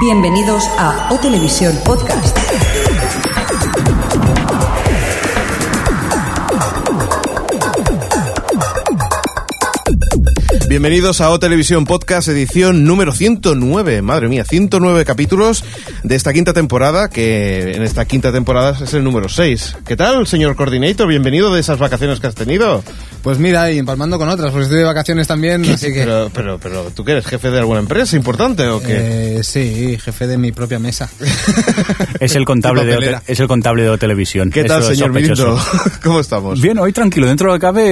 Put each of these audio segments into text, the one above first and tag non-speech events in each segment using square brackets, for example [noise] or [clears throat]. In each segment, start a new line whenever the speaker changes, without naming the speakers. Bienvenidos a O Televisión Podcast.
Bienvenidos a O Televisión Podcast, edición número 109. Madre mía, 109 capítulos de esta quinta temporada, que en esta quinta temporada es el número 6. ¿Qué tal, señor Coordinator? Bienvenido de esas vacaciones que has tenido.
Pues mira, y empalmando con otras, porque estoy de vacaciones también,
¿Qué-
así que...
Pero, pero, pero, ¿tú que eres jefe de alguna empresa importante o qué?
Eh, sí, jefe de mi propia mesa.
Es el contable de
Papelera.
Ote- es el contable de televisión.
¿Qué tal, señor Mirindo?
ministro?
[laughs] ¿Cómo estamos?
Bien, hoy tranquilo, dentro de lo que cabe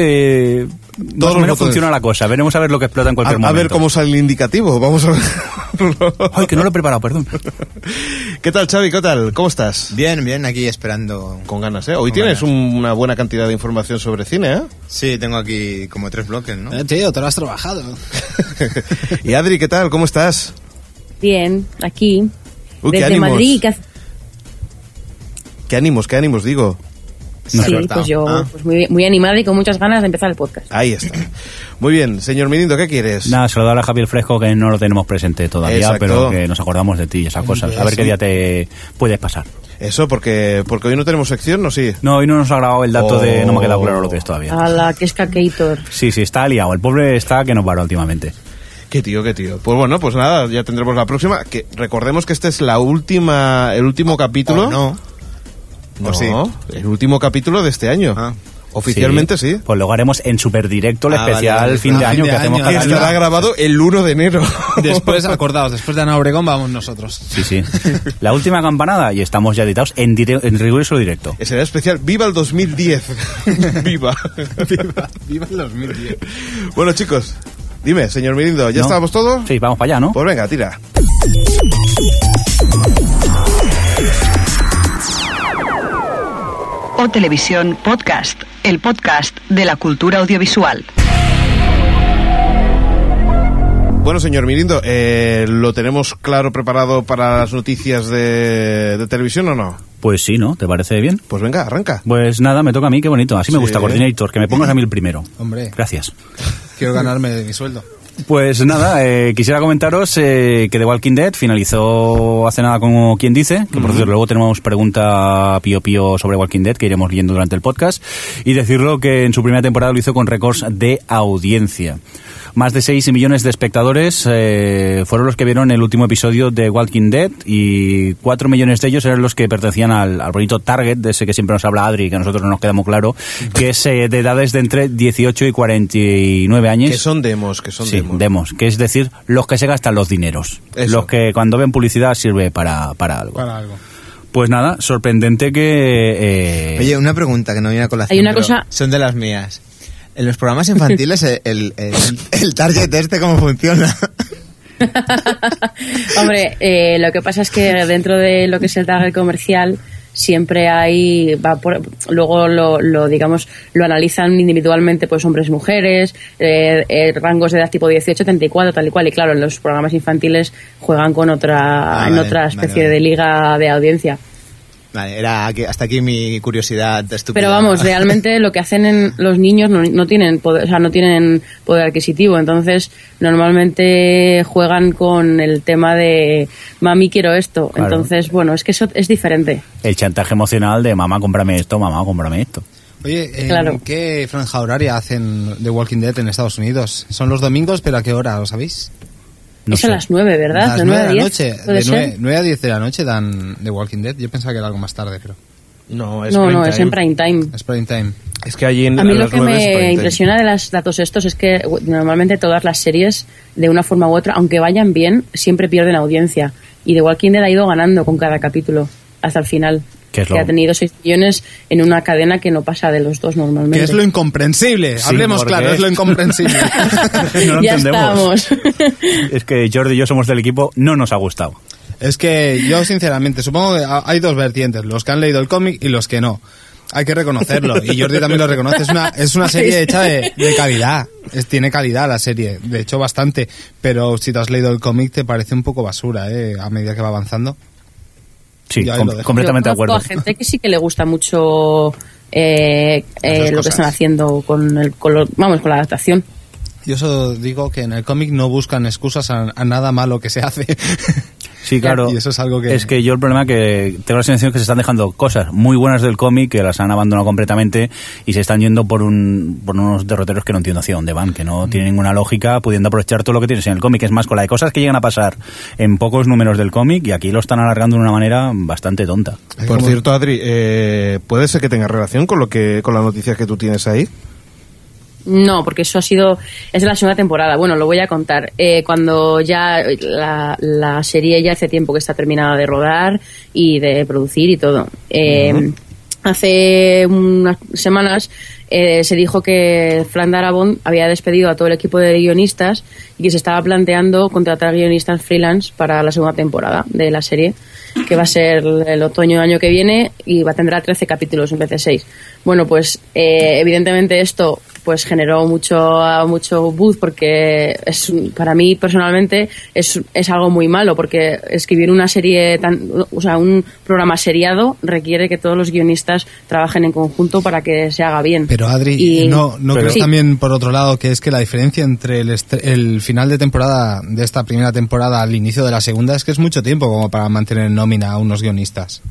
eh,
los
más o menos
botones.
funciona la cosa. Veremos a ver lo que explota en
A,
cualquier
a
momento.
ver cómo sale el indicativo. Vamos a ver.
Ay, que no lo he preparado, perdón.
[laughs] ¿Qué tal, Xavi? ¿Qué tal? ¿Cómo estás?
[laughs] Bien, bien, aquí esperando.
Con ganas, ¿eh? Hoy
Con
tienes
ganas.
un- una buena cantidad de información sobre cine, ¿eh?
Sí, tengo aquí como tres bloques, ¿no?
Eh, tío, te lo has
[laughs]
trabajado.
¿eh? [laughs] y Adri, ¿qué tal? ¿Cómo estás?
Bien, aquí.
Uy, qué
desde
ánimos.
Madrid. que hace-
¿Qué ánimos, qué ánimos digo?
Se ha
sí,
cortado.
pues yo
Ah,
pues muy, muy animada y con muchas ganas de empezar el podcast.
Ahí está. Muy bien, señor Mirindo, ¿qué quieres?
Nada, saludar a Javier Fresco, que no lo tenemos presente todavía,
Exacto.
pero que nos acordamos de ti y esas cosas. A ver qué día te puedes pasar.
Eso, porque, porque hoy no tenemos sección, ¿no? Sí.
No, hoy no nos ha grabado el dato de... No me ha quedado
Oh.
claro lo que es todavía.
A la que es cacator.
Sí, sí, está liado. El pobre está que nos vara últimamente.
Qué tío, qué tío. Pues bueno, pues nada, ya tendremos la próxima. Que recordemos que este es la última, el último capítulo.
¿O no?
No,
¿O sí?
el último capítulo de este año.
Ah.
Oficialmente sí.
Pues luego haremos en super directo el
Ah, vale,
especial
vale,
fin de
ah,
año
fin
que
de
hacemos
año.
cada año.
Estará grabado el 1 de enero.
Después, acordaos, después de Ana Obregón vamos nosotros.
Sí, sí. La última campanada y estamos ya editados en, dire- en riguroso directo.
[laughs] Será especial. ¡Viva el 2010! ¡Viva!
Viva, viva el 2010.
Bueno, chicos, dime, señor Mirindo, ¿ya
¿No?
estábamos todos?
Sí, vamos para allá, ¿no?
Pues venga, tira.
O Televisión Podcast, el podcast de la cultura audiovisual.
Bueno, señor Mirindo, eh, ¿lo tenemos claro preparado para las noticias de, de televisión o no?
Pues sí, ¿no? ¿Te parece bien?
Pues venga, arranca.
Pues nada, me toca a mí, qué bonito. Así me
Sí.
gusta, Coordinator, que me pongas a mí el primero.
Hombre.
Gracias.
Quiero ganarme mi sueldo.
Pues nada, eh, quisiera comentaros eh, que The Walking Dead finalizó hace nada como quien dice, que por cierto luego tenemos pregunta pío pío sobre Walking Dead que iremos leyendo durante el podcast y decirlo que en su primera temporada lo hizo con récords de audiencia. Más de 6 millones de espectadores eh, fueron los que vieron el último episodio de Walking Dead y 4 millones de ellos eran los que pertenecían al, al bonito target de ese que siempre nos habla Adri, que a nosotros no nos queda muy claro, que es eh, de edades de entre 18 y 49 años
Que son demos, que son
sí,
demos.
demos, que es decir, los que se gastan los dineros,
Eso.
los que cuando ven publicidad sirve para, para algo.
Para algo.
Pues nada, sorprendente que... eh,
Oye, una pregunta que no viene a colación.
Hay una
pero
cosa-
Son de las mías. En los
[laughs]
programas infantiles, el, el, el- el target este, ¿cómo funciona? [laughs]
Hombre, eh, lo que pasa es que dentro de lo que es el target comercial siempre hay va por- luego lo, lo, digamos lo analizan individualmente pues hombres mujeres eh, eh, rangos de edad tipo 18 34 tal y cual y claro los programas infantiles juegan con otra
Ah,
en
vale,
otra
vale,
especie
vale.
de liga de audiencia
Vale, era aquí- hasta aquí mi curiosidad estúpida.
[laughs]
Pero vamos, realmente lo que hacen en los niños no, no tienen poder, o sea, no tienen poder adquisitivo, entonces normalmente juegan con el tema de mami quiero esto,
Claro.
entonces bueno, es que eso es diferente.
El chantaje emocional de mamá, cómprame esto, mamá, cómprame esto.
Oye, ¿en
Claro.
qué franja horaria hacen The Walking Dead en Estados Unidos? Son los domingos, pero ¿a qué hora, lo sabéis?
No
es
sé. [laughs]
a las 9, ¿verdad?
Las 9 de la
10,
noche.
¿puede
De
ser?
9, a 10 de la noche dan The Walking Dead. Yo pensaba que era algo más tarde, pero
No,
no, no,
prime
es en
time.
prime time.
es prime time.
Es que allí en
A mí
a
lo
las
que
nueve es prime
me
time.
impresiona de los datos estos es que u- normalmente todas las series, de una forma u otra, aunque vayan bien, siempre pierden audiencia. Y The Walking Dead ha ido ganando con cada capítulo hasta el final.
Que
Que,
es lo-
ha tenido 6 millones en una cadena que no pasa de los dos normalmente.
Que es lo incomprensible.
Sí,
Hablemos
porque-
claro, es [laughs] lo incomprensible.
No lo
[laughs] ya
entendemos.
estamos.
Es que Jordi y yo somos del equipo, no nos ha gustado.
Es que yo, sinceramente, supongo que ha- hay dos vertientes, los que han leído el cómic y los que no. Hay que reconocerlo, y Jordi también lo reconoce, es una, es una serie hecha de, de calidad, Es- tiene calidad la serie, de hecho bastante, pero si te has leído el cómic te parece un poco basura, ¿eh? a medida que va avanzando.
Sí,
Ya ahí
com-
lo dejo.
[laughs] completamente de
Yo conozco
acuerdo.
a gente que sí que le gusta mucho eh,
dos
eh, lo que
cosas.
están haciendo con el, con lo- vamos, con la adaptación.
Yo eso digo que en el cómic no buscan excusas a, a nada malo que se hace.
Sí, claro.
Y eso es algo que-
Es que yo el problema que tengo la sensación es que se están dejando cosas muy buenas del cómic que las han abandonado completamente y se están yendo por, un, por unos derroteros que no entiendo hacia dónde van, que no
Mm.
tienen ninguna lógica, pudiendo aprovechar todo lo que tienes en el cómic. Es más, con la de cosas que llegan a pasar en pocos números del cómic y aquí lo están alargando de una manera bastante tonta.
Por cierto, Adri, eh, ¿puede ser que tenga relación con lo que con la noticia que tú tienes ahí?
No, porque eso ha sido. Es de la segunda temporada. Bueno, lo voy a contar. Eh, cuando ya la, la serie ya hace tiempo que está terminada de rodar y de producir y todo. Eh, Hace unas semanas eh, se dijo que Fran Darabont había despedido a todo el equipo de guionistas y que se estaba planteando contratar guionistas freelance para la segunda temporada de la serie, que va a ser el otoño del año que viene y va a tendrá 13 capítulos en vez de 6. Bueno, pues eh, evidentemente esto pues generó mucho mucho buzz porque es un- para mí personalmente es, es algo muy malo porque escribir una serie tan o sea un programa seriado requiere que todos los guionistas trabajen en conjunto para que se haga bien
Pero Adri,
Y-
¿no, no
Pero-
crees
Sí.
también, por otro lado, que es que la diferencia entre el, estre- el final de temporada de esta primera temporada al inicio de la segunda es que es mucho tiempo como para mantener en nómina a unos guionistas?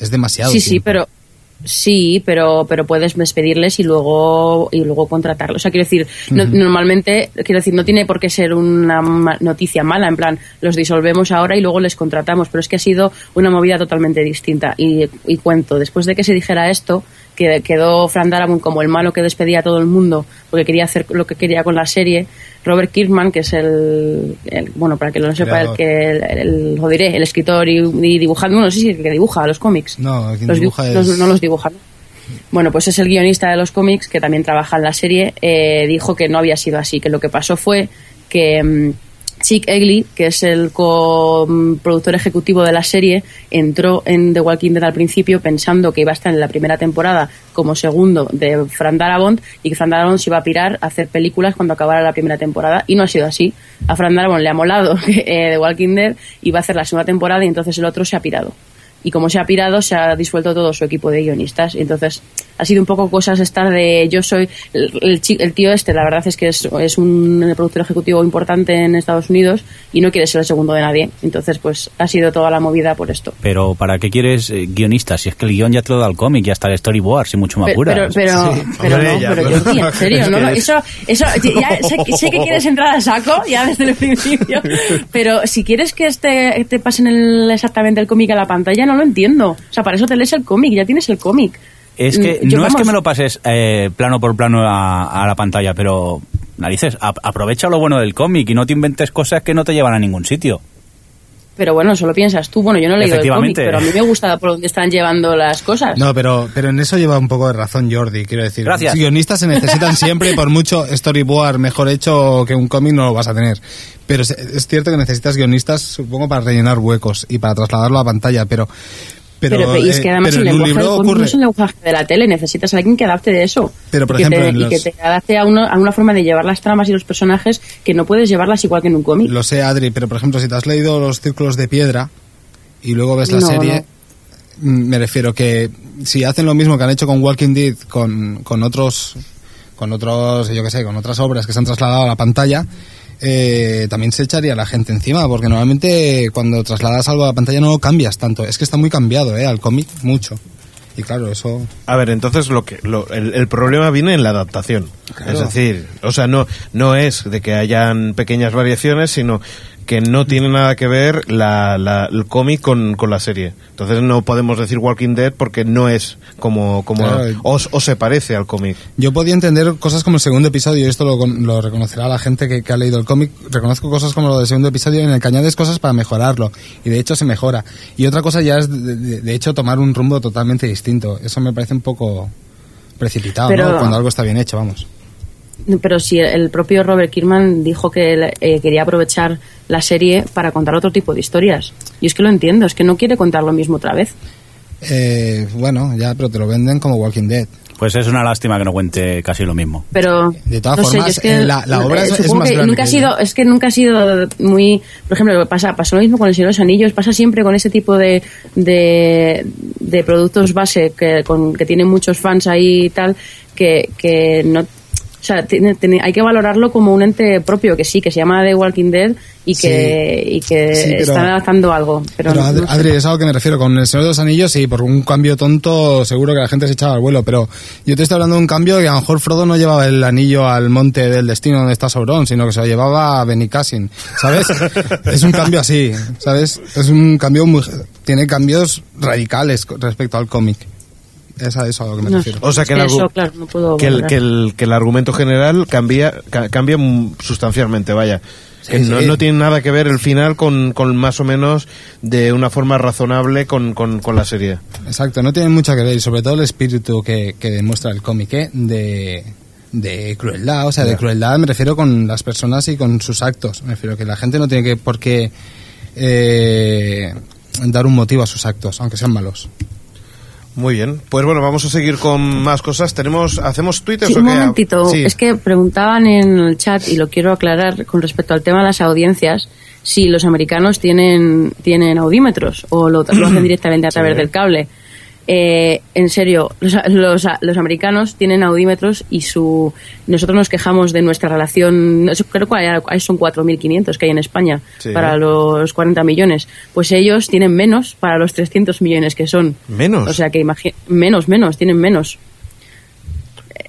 Es demasiado.
Sí, sí,
tiempo.
pero sí, pero pero puedes despedirles y luego y luego contratarlos. O sea, quiero decir, no- normalmente quiero decir no tiene por qué ser una ma- noticia mala, en plan los disolvemos ahora y luego les contratamos, pero es que ha sido una movida totalmente distinta y, y cuento después de que se dijera esto que quedó Fran Darabont como el malo que despedía a todo el mundo porque quería hacer lo que quería con la serie. Robert Kirkman, que es el, el- bueno, para que lo sepa, el
Creador.
que el, el- lo diré, el escritor y, y dibujante, bueno, sí, sí, el que dibuja los cómics.
No, quien
Los
dibuja
dibu-
es-
los- no los dibujan. Bueno, pues es el guionista de los cómics que también trabaja en la serie. eh, dijo que no había sido así, que lo que pasó fue que mm, Chick Egley, que es el coproductor ejecutivo de la serie, entró en The Walking Dead al principio pensando que iba a estar en la primera temporada como segundo de Fran Darabont y que Fran Darabont se iba a pirar a hacer películas cuando acabara la primera temporada y no ha sido así. A Fran Darabont le ha molado [laughs] eh, The Walking Dead y va a hacer la segunda temporada y entonces el otro se ha pirado y como se ha pirado se ha disuelto todo su equipo de guionistas entonces ha sido un poco cosas estas de yo soy el, el chi- el tío este la verdad es que es, es un productor ejecutivo importante en Estados Unidos y no quiere ser el segundo de nadie entonces pues ha sido toda la movida por esto
Pero ¿para qué quieres eh, guionistas? Si es que el guión ya te lo da el cómic, ya está el storyboard, si mucho más
Pe-
pura.
Pero, pero, pero
Hombre,
no,
ya,
pero
pero-
Jordi,
[laughs]
en serio, no, no,
es que
eso, eso, ya sé, que- sé que quieres entrar a saco, ya desde el
[laughs]
principio, pero si quieres que este, te pasen el- exactamente el cómic a la pantalla, no lo entiendo. O sea, para eso te lees el cómic, ya tienes el cómic.
Es que
Mm, yo,
no es que
vamos,
me lo pases eh, plano por plano a, a la pantalla, pero narices, a- aprovecha lo bueno del cómic y no te inventes cosas que no te llevan a ningún sitio.
Pero bueno, eso lo piensas tú. Bueno, yo no he leído el cómic,
Efectivamente.
pero a mí me gusta por dónde están llevando las cosas.
No, pero, pero en eso lleva un poco de razón Jordi, quiero decir.
Gracias.
Los guionistas se necesitan siempre y por mucho storyboard mejor hecho que un cómic no lo vas a tener. Pero es, es cierto que necesitas guionistas, supongo, para rellenar huecos y para trasladarlo a pantalla, pero... Pero,
pero, y es que
eh,
además
pero
el
en un
lenguaje del
libro
cómic no
ocurre...
es el lenguaje de la tele, necesitas a alguien que adapte de eso.
Pero, por
y que
ejemplo,
te,
en
y que
los-
te adapte a, uno- a una forma de llevar las tramas y los personajes que no puedes llevarlas igual que en un cómic.
Lo sé, Adri, pero por ejemplo, si te has leído Los Círculos de Piedra y luego ves la
No,
serie, mm, me refiero que si hacen lo mismo que han hecho con Walking Dead, con, con otros, con otros, yo qué sé, con otras obras que se han trasladado a la pantalla, eh, también se echaría la gente encima, porque normalmente cuando trasladas algo a la pantalla no lo cambias tanto. Es que está muy cambiado, ¿eh? Al cómic, mucho. Y claro, eso...
A ver, entonces lo que lo- el, el problema viene en la adaptación. Es decir, o sea, no, no es de que hayan pequeñas variaciones, sino que no tiene nada que ver la, la- el cómic con, con la serie. Entonces no podemos decir Walking Dead porque no es como, como
Claro.
o, o se parece al cómic.
Yo podía entender cosas como el segundo episodio, y esto lo, con- lo reconocerá la gente que, que ha leído el cómic. Reconozco cosas como lo del segundo episodio en el que añades cosas para mejorarlo, y de hecho se mejora. Y otra cosa ya es, de, de- de hecho, tomar un rumbo totalmente distinto. Eso me parece un poco precipitado,
Pero-
¿no? Cuando algo está bien hecho, vamos.
Pero si el propio Robert Kirkman dijo que él, eh, quería aprovechar la serie para contar otro tipo de historias. Y es que lo entiendo, es que no quiere contar lo mismo otra vez.
Eh, bueno, ya, pero te lo venden como Walking Dead.
Pues es una lástima que no cuente casi lo mismo.
pero
De todas
no sé,
formas,
yo
eh, la- la obra es- es
supongo
más
que
grande
nunca ha
que
sido
ella.
es que nunca ha sido muy por ejemplo pasa pasó lo mismo con el Señor de los Anillos pasa siempre con ese tipo de de, de productos base que con- que tienen muchos fans ahí y tal que que no o O sea, tiene- tiene- hay que valorarlo como un ente propio, que sí, que se llama The Walking Dead y que,
Sí.
y que
Sí, pero-
están adaptando algo. Pero,
Pero, Adri,
no sé.
Adri, es a lo que me refiero. Con el Señor de los Anillos, sí, por un cambio tonto, seguro que la gente se echaba al vuelo. Pero yo te estoy hablando de un cambio que a lo mejor Frodo no llevaba el anillo al monte del destino donde está Sauron, sino que se lo llevaba a Benicassin,
[laughs]
¿sabes? es un cambio así, ¿sabes? Es un cambio muy. Tiene cambios radicales co- respecto al cómic. Es a eso a lo que me
No.
refiero.
O sea que
Es
el,
que eso,
argu-
claro, no puedo
que, el,
valorar.
que el- que el argumento general cambia, ca- cambia mm, sustancialmente, vaya. Que
Sí,
no,
sí.
no tiene nada que ver el final con, con más o menos de una forma razonable con, con- con la serie.
Exacto, no tiene mucho que ver, y sobre todo el espíritu que, que demuestra el cómic, ¿eh? de, de crueldad, o sea, de crueldad me refiero con las personas y con sus actos, me refiero que la gente no tiene que por qué eh, dar un motivo a sus actos, aunque sean malos.
Muy bien. Pues bueno, vamos a seguir con más cosas. Tenemos, ¿Hacemos Twitter
Sí,
o
un
qué?
momentito.
Sí.
Es que preguntaban en el chat, y lo quiero aclarar con respecto al tema de las audiencias, si los americanos tienen, tienen audímetros o lo,
[clears throat]
lo hacen directamente a través del cable. Eh, en serio, los, los, los americanos tienen audímetros y su nosotros nos quejamos de nuestra relación, no sé, creo que hay- son 4.500 que hay en España
Sí.
para los 40 millones, pues ellos tienen menos para los 300 millones que son.
Menos.
O sea que imagi- menos, menos, tienen menos.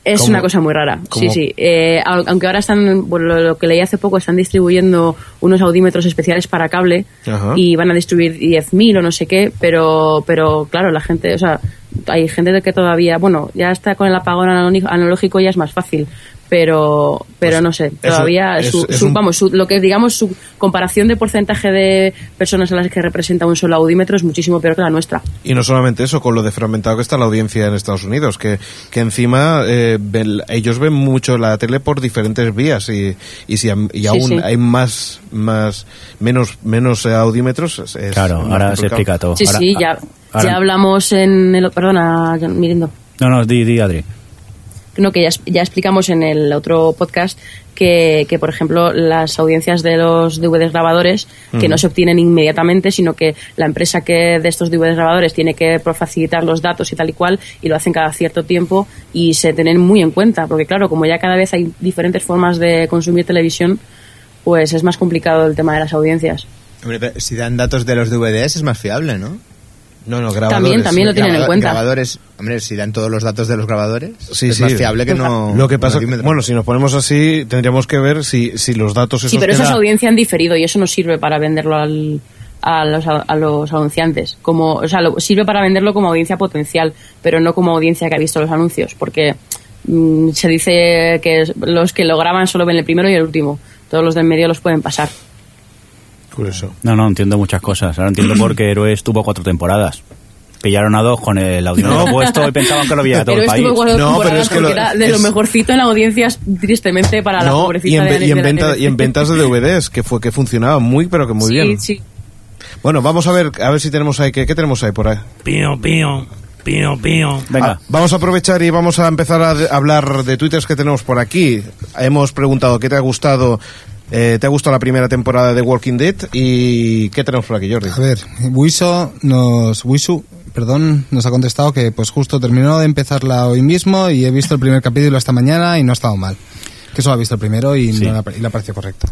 Es
¿Cómo?
una cosa muy rara.
¿Cómo?
Sí, sí. Eh, au- aunque ahora están, bueno, lo, lo que leí hace poco, están distribuyendo unos audímetros especiales para cable
Ajá.
y van a distribuir 10.000 o no sé qué, pero, pero claro, la gente, o sea, hay gente de que todavía, bueno, ya está con el apagón analónico- analógico, ya es más fácil. Pero, pero
Pues
no sé,
es un-
todavía
es-
su-
es
su-
un-
vamos, su- lo que digamos, su comparación de porcentaje de personas a las que representa un solo audímetro es muchísimo peor que la nuestra.
Y no solamente eso, con lo de fragmentado que está la audiencia en Estados Unidos, que, que encima eh, ven- ellos ven mucho la tele por diferentes vías y, y si am- y aún
sí.
hay más, más menos, menos eh, audímetros. es- es
Claro,
más
ahora se
complicado.
explica todo.
Sí,
Ahora- ah,
sí, ya,
ahora-
ya hablamos en el... Perdona, mirando.
No, no, di, di, Adri.
No, que ya, es- ya explicamos en el otro podcast que, que, por ejemplo, las audiencias de los DVDs grabadores, que no se obtienen inmediatamente, sino que la empresa que de estos DVDs grabadores tiene que pro- facilitar los datos y tal y cual, y lo hacen cada cierto tiempo y se tienen muy en cuenta, porque claro, como ya cada vez hay diferentes formas de consumir televisión, pues es más complicado el tema de las audiencias.
Hombre, pero si dan datos de los DVDs es más fiable, ¿no?
No, no, grabadores.
También, también lo tienen en
Grabado-
cuenta.
Grabadores, hombre, si dan todos los datos de los grabadores,
Sí,
es
sí.
más fiable que no.
Lo que pasa,
no dímetro.
bueno, si nos ponemos así, tendríamos que ver si, si los datos esos
Sí, pero
que
eso es
da-
audiencia en diferido y eso no sirve para venderlo al- a, los, a los anunciantes. Como, o sea, lo- sirve para venderlo como audiencia potencial, pero no como audiencia que ha visto los anuncios, porque mm, se dice que es- los que lo graban solo ven el primero y el último. Todos los del medio los pueden pasar.
Curioso.
No, no, entiendo muchas cosas. Ahora entiendo por qué Héroes tuvo cuatro temporadas. Pillaron a dos con el audímetro puesto y pensaban que lo
[laughs]
veía todo
Pero
el país.
estuvo guardado
No,
temporadas
pero es que lo-
porque era de lo
es-
mejorcito en audiencias, tristemente, para la
No,
pobrecita
y en,
de
ve-
la-
y en
de la
venta-
NBC.
y en
[laughs]
ventas de DVDs, que fue que funcionaba muy, pero que muy
Sí,
bien.
sí.
Bueno, vamos a ver, a ver si tenemos ahí, ¿qué, qué tenemos ahí por ahí?
Pío, pío, pío, pío.
Venga.
Ah, vamos a aprovechar y vamos a empezar a de- hablar de twitters que tenemos por aquí. Hemos preguntado qué te ha gustado, eh, te ha gustado la primera temporada de Walking Dead y qué tenemos por aquí, Jordi.
A ver, Wiso nos, Wisu, perdón, nos ha contestado que pues justo terminó de empezarla hoy mismo y he visto el primer capítulo esta mañana y no ha estado mal. Que solo ha visto el primero y, no le ha pare- y le ha parecido correcto.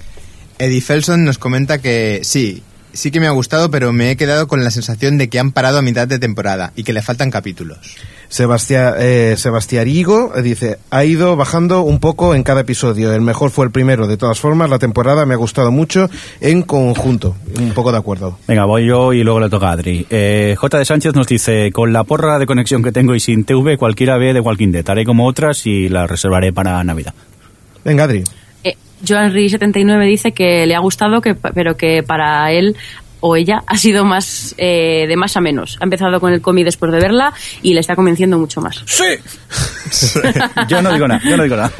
Eddie Felson nos comenta que sí, sí que me ha gustado, pero me he quedado con la sensación de que han parado a mitad de temporada y que le faltan capítulos.
Sebastián eh, Sebastián Higo dice, ha ido bajando un poco en cada episodio. El mejor fue el primero. De todas formas, la temporada me ha gustado mucho en conjunto. Un poco de acuerdo.
Venga, voy yo y luego le toca a Adri. Eh, J. de Sánchez nos dice, con la porra de conexión que tengo y sin TV, cualquiera ve de Walking Dead. Haré como otras y la reservaré para Navidad. [laughs]
Venga, Adri.
Eh, Joan Ri 79 dice que le ha gustado, que, pa- pero que para él o ella [laughs] ha sido más eh, de más a menos. Ha empezado con el cómic después de verla y le está convenciendo mucho más.
[laughs]
Yo no digo nada, yo no digo nada.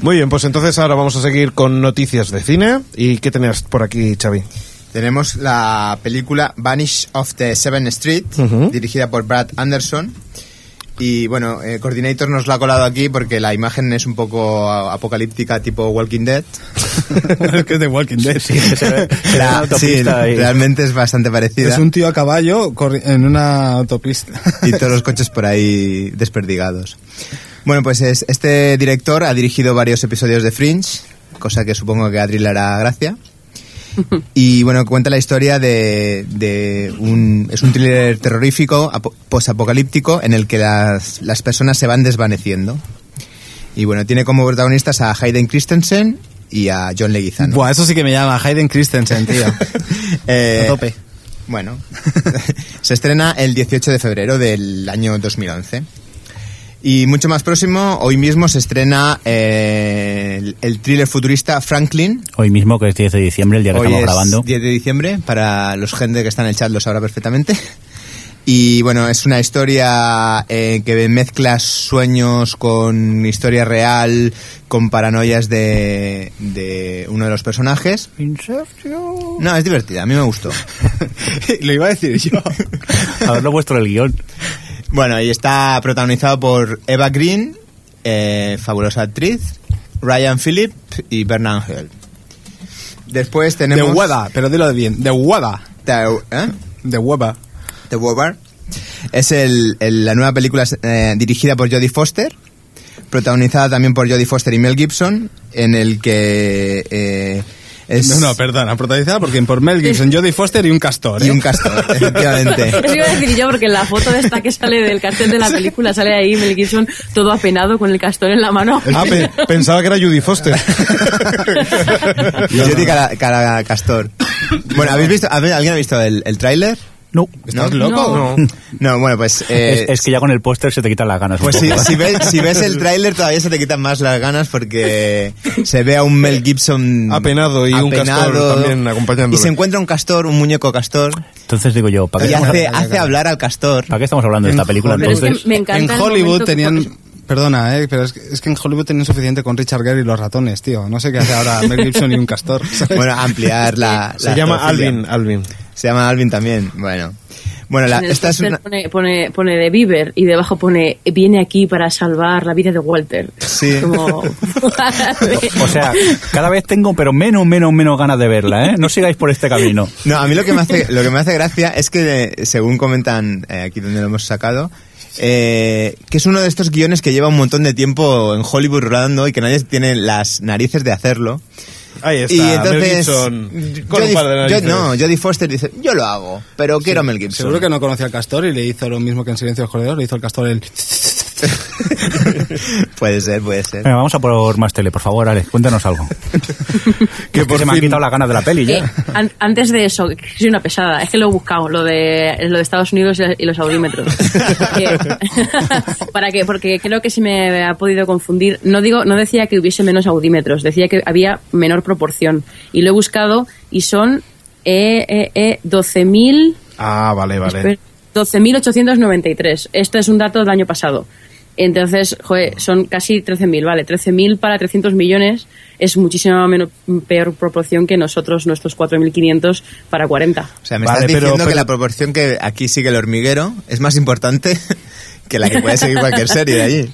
Muy bien, pues entonces ahora vamos a seguir con noticias de cine. ¿Y qué tenías por aquí, Xavi?
Tenemos la película Vanish of the Seventh Street,
Ujú.
dirigida por Brad Anderson. Y bueno, eh, Coordinator nos la ha colado aquí porque la imagen es un poco a- apocalíptica, tipo Walking Dead.
que [laughs] es de Walking Dead.
La-
una
sí,
autopista ahí.
realmente es bastante parecida.
Es un tío a caballo corri- en una autopista.
y todos los coches por ahí desperdigados. Bueno, pues es- este director ha dirigido varios episodios de Fringe, cosa que supongo que a Adri le hará gracia. Y bueno, cuenta la historia de, de un... Es un thriller terrorífico, apo- posapocalíptico, en el que las, las personas se van desvaneciendo. Y bueno, tiene como protagonistas a Hayden Christensen y a John Leguizano.
Buah, eso sí que me llama Hayden Christensen, [laughs] tío.
[laughs] Eh,
A tope.
Bueno, [laughs] se estrena el 18 de febrero del año 2011. Y mucho más próximo, hoy mismo se estrena eh, el, el thriller futurista Franklin.
Hoy mismo, que es 10 de diciembre, el día que
Hoy
estamos
es
grabando.
10 de diciembre, para los gente que está en el chat lo sabrá perfectamente. [laughs] Y bueno, es una historia eh, que mezcla sueños con historia real, con paranoias de, de uno de los personajes. No, es divertida, a mí me gustó.
[laughs] Lo iba a decir
[laughs]
yo.
Haberlo puesto en el guión.
Bueno, y está protagonizado por Eva Green, eh, fabulosa actriz, Ryan Phillip y Bernard Hill. Después
De
tenemos...
hueva, pero dilo bien. De hueva.
The- ¿eh?
De hueva.
The Wobbar. Es el- el- la nueva película eh, dirigida por Jodie Foster, protagonizada también por Jodie Foster y Mel Gibson, en el que... eh, es...
No, no, perdona, protagonizada por, quien? por Mel Gibson, Jodie Foster y un castor.
y
¿eh? [laughs]
un castor, efectivamente.
Eso iba a decir yo, porque en la foto de esta que sale del cartel de la película sale ahí Mel Gibson todo apenado con el castor en la mano.
Ah, pe- pensaba que era Judy Foster.
Yo di cara, cara castor. Bueno, ¿habéis visto, ¿habéis- ¿alguien ha visto el, el tráiler?
No.
¿Estás
loco?
No. [laughs] No, bueno, pues... eh,
es, es que ya con el póster se te quitan las ganas. un
Pues si,
poco.
si ves,
[laughs]
si ves el tráiler todavía se te quitan más las ganas porque se ve a un Mel Gibson
Apenado y un castor también acompañándolo.
Y se encuentra un castor, un muñeco castor
Entonces digo yo, ¿para qué,
Eh,
y
estamos,
hace,
ah,
hace hablar al castor.
para qué estamos hablando
mm,
de esta película
Pero es
entonces?
que me encanta.
en
el
Hollywood
momento que-
tenían... Perdona, eh, pero es que, es que en Hollywood tenían suficiente con Richard Gere y los ratones, tío. No sé qué hace ahora Mel Gibson y un castor. [laughs] ¿sabes?
Bueno, ampliar la...
Se
la
llama
zoofilia.
Alvin, Alvin.
Se llama Alvin también, bueno. Bueno, la-
en el
esta es
póster
una...
pone, pone, pone de Bieber y debajo pone viene aquí para salvar la vida de Walter.
Sí.
Como-
[laughs] O sea, cada vez tengo, pero menos, menos, menos ganas de verla, ¿eh? No sigáis por este camino.
No, a mí lo que me hace, lo que me hace gracia es que, eh, según comentan eh, aquí donde lo hemos sacado, eh, que es uno de estos guiones que lleva un montón de tiempo en Hollywood rodando y que nadie tiene las narices de hacerlo.
Ahí está,
y entonces,
Mel Gibson, con un
Jodie-
par de narices.
yo- no, Jodie Foster dice, yo lo hago, pero quiero a Mel Gibson.
Seguro que no conocía al castor y le hizo lo mismo que en Silencio del Corredor, le hizo el castor [laughs] el...
[laughs] puede ser, puede ser.
Venga, vamos a por más tele, por favor, Alex, cuéntanos algo.
[laughs]
que
por
se me han
fin-
quitado las ganas de la peli
Eh,
ya.
an- antes de eso, que soy una pesada, es que lo he buscado, lo de, lo de Estados Unidos y los aurímetros. Que- [laughs] ¿Para qué? Porque creo que se me ha podido confundir. No digo, no decía que hubiese menos audímetros, decía que había menor proporción. Y lo he buscado y son eh, eh, eh, 12.000...
Ah, vale, vale.
Espera, 12.893. Esto es un dato del año pasado. Entonces,
Ah.
joder, son casi 13.000, ¿vale? 13.000 para 300 millones es muchísima menos, peor proporción que nosotros, nuestros 4.500 para 40.
O sea, me
Vale,
estás
pero-
diciendo que
pero-
la proporción que aquí sigue el hormiguero es más importante [laughs] que la que puede seguir cualquier serie de allí.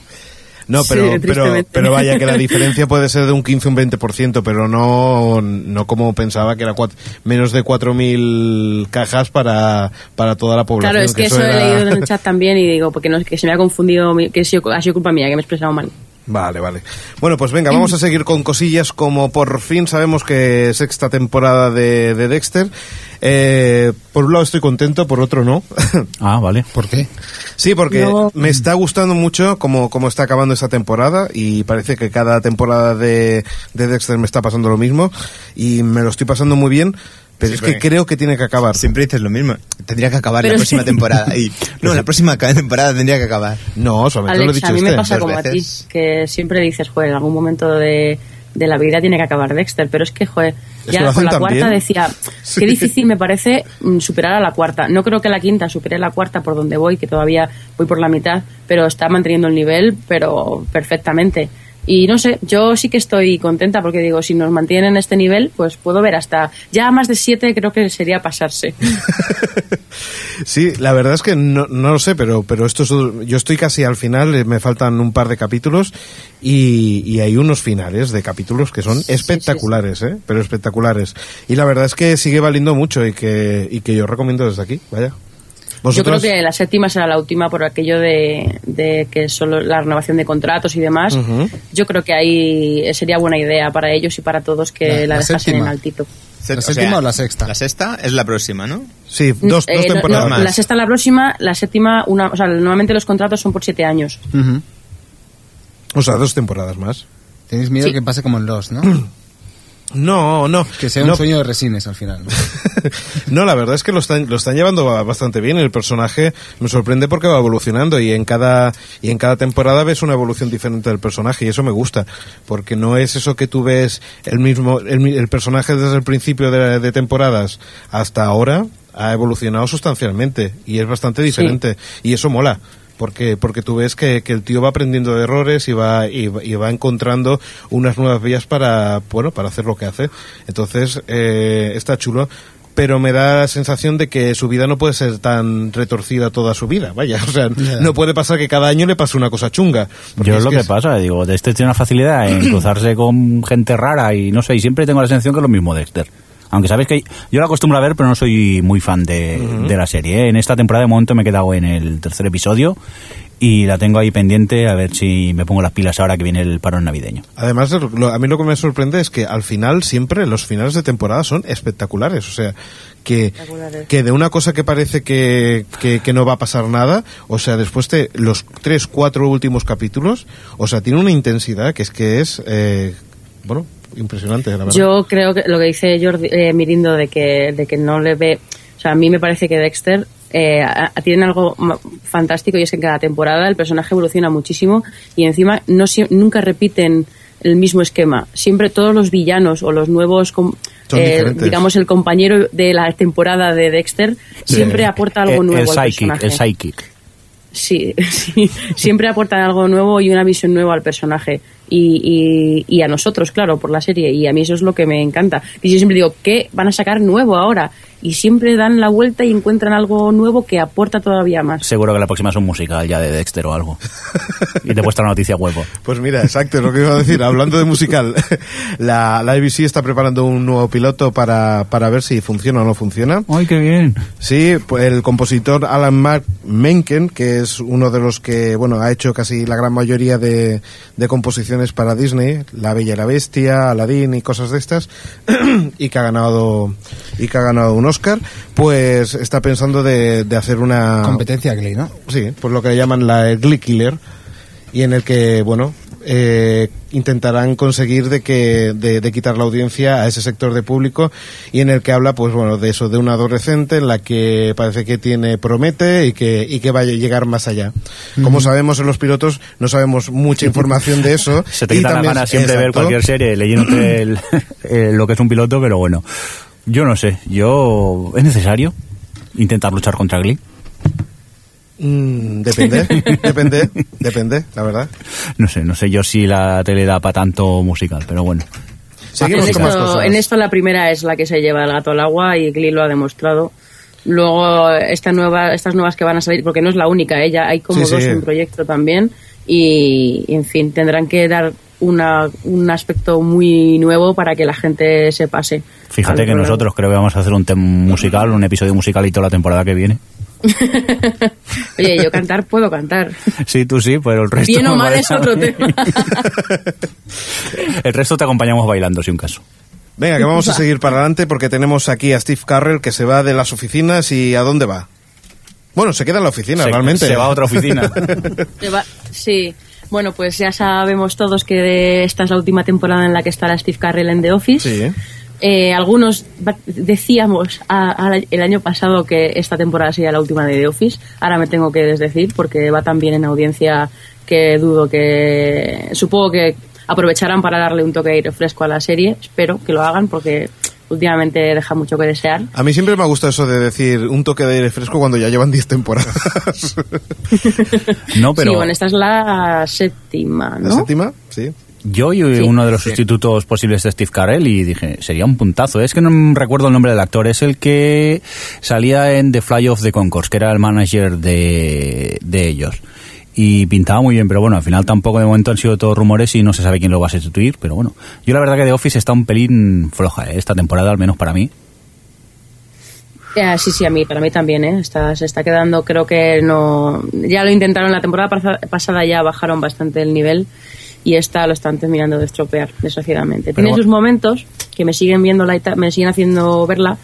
No, pero,
Sí,
pero,
tristemente.
pero vaya,
[laughs]
que la diferencia puede ser de un 15 o un 20%, pero no, no como pensaba que era cuat- menos de 4.000 cajas para, para toda la población.
Claro, es que, eso
era-
he leído en
[laughs]
el chat también y digo, porque no, que se me ha confundido, mi- que ha sido, ha sido culpa mía, que me he expresado mal.
Vale, vale. Bueno, pues venga, vamos a seguir con cosillas como por fin sabemos que sexta temporada de, de Dexter. Eh, por un lado estoy contento, por otro no. [laughs]
Ah, vale.
¿Por qué?
Sí, porque
No.
me está gustando mucho cómo, cómo está acabando esta temporada y parece que cada temporada de, de Dexter me está pasando lo mismo y me lo estoy pasando muy bien, pero
Sí,
es que
porque-
creo que tiene que acabar.
Siempre dices lo mismo. Tendría que acabar la
Pero
próxima
sí.
temporada. Y,
[laughs]
no, la próxima ca- temporada tendría que acabar.
No, solamente lo he
Alex,
dicho este.
a mí me
usted.
pasa
dos
como
veces.
a ti, que siempre dices, joder, en algún momento de, de la vida tiene que acabar Dexter, pero es que, joder,
Es que
ya
lo hacen
con la
tan
cuarta
bien. [laughs]
decía, qué difícil me parece mm, superar a la cuarta. No creo que la quinta supere la cuarta por donde voy, que todavía voy por la mitad, pero está manteniendo el nivel, pero perfectamente. Y no sé, yo sí que estoy contenta porque digo, si nos mantienen este nivel, pues puedo ver hasta ya más de siete creo que sería pasarse.
Sí, la verdad es que no, no lo sé, pero, pero esto es otro- yo estoy casi al final, eh, me faltan un par de capítulos y, y hay unos finales de capítulos que son espectaculares, ¿eh? pero espectaculares. Y la verdad es que sigue valiendo mucho y que, y que yo recomiendo desde aquí, vaya. Vosotros-
Yo creo que la séptima será la última por aquello de, de que solo la renovación de contratos y demás.
Ujú.
Yo creo que ahí sería buena idea para ellos y para todos que
La-
la,
la
dejasen
séptima.
en altito.
¿La séptima o la sexta?
La sexta es la próxima, ¿no?
Sí, dos, dos
Eh, no-
temporadas
no,
más.
La sexta la próxima, la séptima, una, o sea, normalmente los contratos son por siete años.
Ujú.
O sea, dos temporadas más.
Tenéis miedo
Sí.
que pase como en los, ¿no? [clears throat]
No, no.
Que sea un
no,
sueño de resines al final. ¿no?
[laughs] no, la verdad es que lo están, lo están llevando ba- bastante bien. El personaje me sorprende porque va evolucionando y en cada, y en cada temporada ves una evolución diferente del personaje y eso me gusta. Porque no es eso que tú ves el mismo, el, mi- el personaje desde el principio de, de temporadas hasta ahora ha evolucionado sustancialmente y es bastante diferente y eso mola. Porque, porque tú ves que, que el tío va aprendiendo de errores y va, y, va- y va encontrando unas nuevas vías para, bueno, para hacer lo que hace. Entonces, eh, está chulo pero me da la sensación de que su vida no puede ser tan retorcida toda su vida, vaya, [laughs] o sea, no puede pasar que cada año le pase una cosa chunga. porque
Yo es
es
lo que,
es-
pasa, digo, Dexter tiene una facilidad en cruzarse con gente rara y no sé, y siempre tengo la sensación que es lo mismo Dexter. Aunque sabéis que yo la acostumbro a ver, pero no soy muy fan de, de la serie. ¿eh? En esta temporada de momento me he quedado en el tercer episodio y la tengo ahí pendiente a ver si me pongo las pilas ahora que viene el parón navideño.
Además, lo- a mí lo que me sorprende es que al final siempre los finales de temporada son espectaculares. O sea, que,
Espectaculares.
que de una cosa que parece que, que, que no va a pasar nada, o sea, después de los tres, cuatro últimos capítulos, o sea, tiene una intensidad que es que es, eh, bueno, impresionante, la verdad.
Yo creo que lo que dice Jordi, eh, Mirindo de que, de que no le ve. O sea, a mí me parece que Dexter eh, a- a- tienen algo ma- fantástico y es que en cada temporada el personaje evoluciona muchísimo y encima no sie- nunca repiten el mismo esquema. Siempre todos los villanos o los nuevos, com-
Son
eh,
diferentes.
digamos, el compañero de la temporada de Dexter, siempre aporta algo
Eh, el,
nuevo.
el
al
psychic,
personaje.
el psychic.
Sí, [laughs] sí, siempre aportan algo nuevo y una visión nueva al personaje. Y, y- y a nosotros, claro, por la serie. Y a mí eso es lo que me encanta. Y yo siempre digo, ¿qué van a sacar nuevo ahora? Y siempre dan la vuelta y encuentran algo nuevo que aporta todavía más.
Seguro que la próxima es un musical ya de Dexter o algo. y te he puesto la noticia a huevo.
Pues mira, exacto, es lo que iba a
[laughs]
decir. Hablando de musical, [laughs] la, la ABC está preparando un nuevo piloto para, para ver si funciona o no funciona.
¡Ay, qué bien!
Sí, pues el compositor Alan Mark Menken, que es uno de los que, bueno, ha hecho casi la gran mayoría de, de composiciones para Disney, La Bella y la Bestia, Aladdin y cosas de estas, [clears throat] y que ha ganado y que ha ganado un Oscar, pues está pensando de, de hacer una
Ah. Competencia, Clay, ¿no?
sí, pues lo que le llaman la el Glee Killer, y en el que, bueno, eh, intentarán conseguir de que de, de quitar la audiencia a ese sector de público y en el que habla pues bueno de eso de una adolescente en la que parece que tiene promete y que y que va a llegar más allá como sabemos en los pilotos no sabemos mucha información de eso
[laughs] Se te
y
quita la
también-
gana siempre ver
Exacto.
cualquier serie [clears throat] leyéndote el- eh, lo que es un piloto, pero bueno. Yo no sé, yo... ¿Es necesario intentar luchar contra Glee?
Mm, depende depende depende la verdad
No sé, no sé yo si la tele da para tanto musical, pero bueno.
seguimos
en,
con más
esto,
cosas
en este esto la primera es la que se lleva el gato al agua y Glee lo ha demostrado. Luego esta nueva, estas nuevas que van a salir, porque no es la única, ella hay como
Sí,
dos
sí.
en proyecto también y, en fin, tendrán que dar una, un aspecto muy nuevo para que la gente se pase.
Fíjate
al
que
programa.
nosotros creo que vamos a hacer un tema musical, un episodio musicalito la temporada que viene.
[laughs] Oye, yo cantar puedo cantar.
Sí, tú sí, pero el resto...
Bien o
me
mal es
parece-
otro tema.
[laughs]
[laughs] El resto te acompañamos bailando, si un caso.
Venga, que
[laughs]
vamos a seguir para adelante porque tenemos aquí a Steve Carrell que se va de las oficinas y ¿a dónde va? Bueno, se queda en la oficina
Se-
realmente.
se va a otra [laughs] oficina.
Te va- Sí. Bueno, pues ya sabemos todos que esta es la última temporada en la que estará Steve Carrell en The Office.
Sí.
Eh, algunos va- decíamos a- a- el año pasado que esta temporada sería la última de The Office. Ahora me tengo que desdecir porque va tan bien en audiencia que dudo que... Supongo que aprovecharán para darle un toque de aire fresco a la serie. Espero que lo hagan porque últimamente deja mucho que desear.
a mí siempre me ha gustado eso de decir un toque de aire fresco cuando ya llevan 10 temporadas.
No, pero...
Sí, bueno, esta es la séptima,
¿La
¿no?
séptima? Sí.
Yo y uno de los sustitutos posibles de Steve Carell y dije, sería un puntazo. Es que no recuerdo el nombre del actor, es el que salía en The Fly of the Concourse, que era el manager de, de ellos. Y pintaba muy bien, pero bueno, al final tampoco de momento han sido todos rumores y no se sabe quién lo va a sustituir, pero bueno. Yo la verdad que The Office está un pelín floja, ¿eh? esta temporada al menos para mí.
Ah, sí, sí, a mí, para mí también, ¿eh? Está, se está quedando, creo que no. Ya lo intentaron la temporada pasa- pasada, ya bajaron bastante el nivel y esta lo están terminando de estropear, desgraciadamente. Tiene
bueno.
sus momentos que me siguen viendo la me siguen haciendo verla,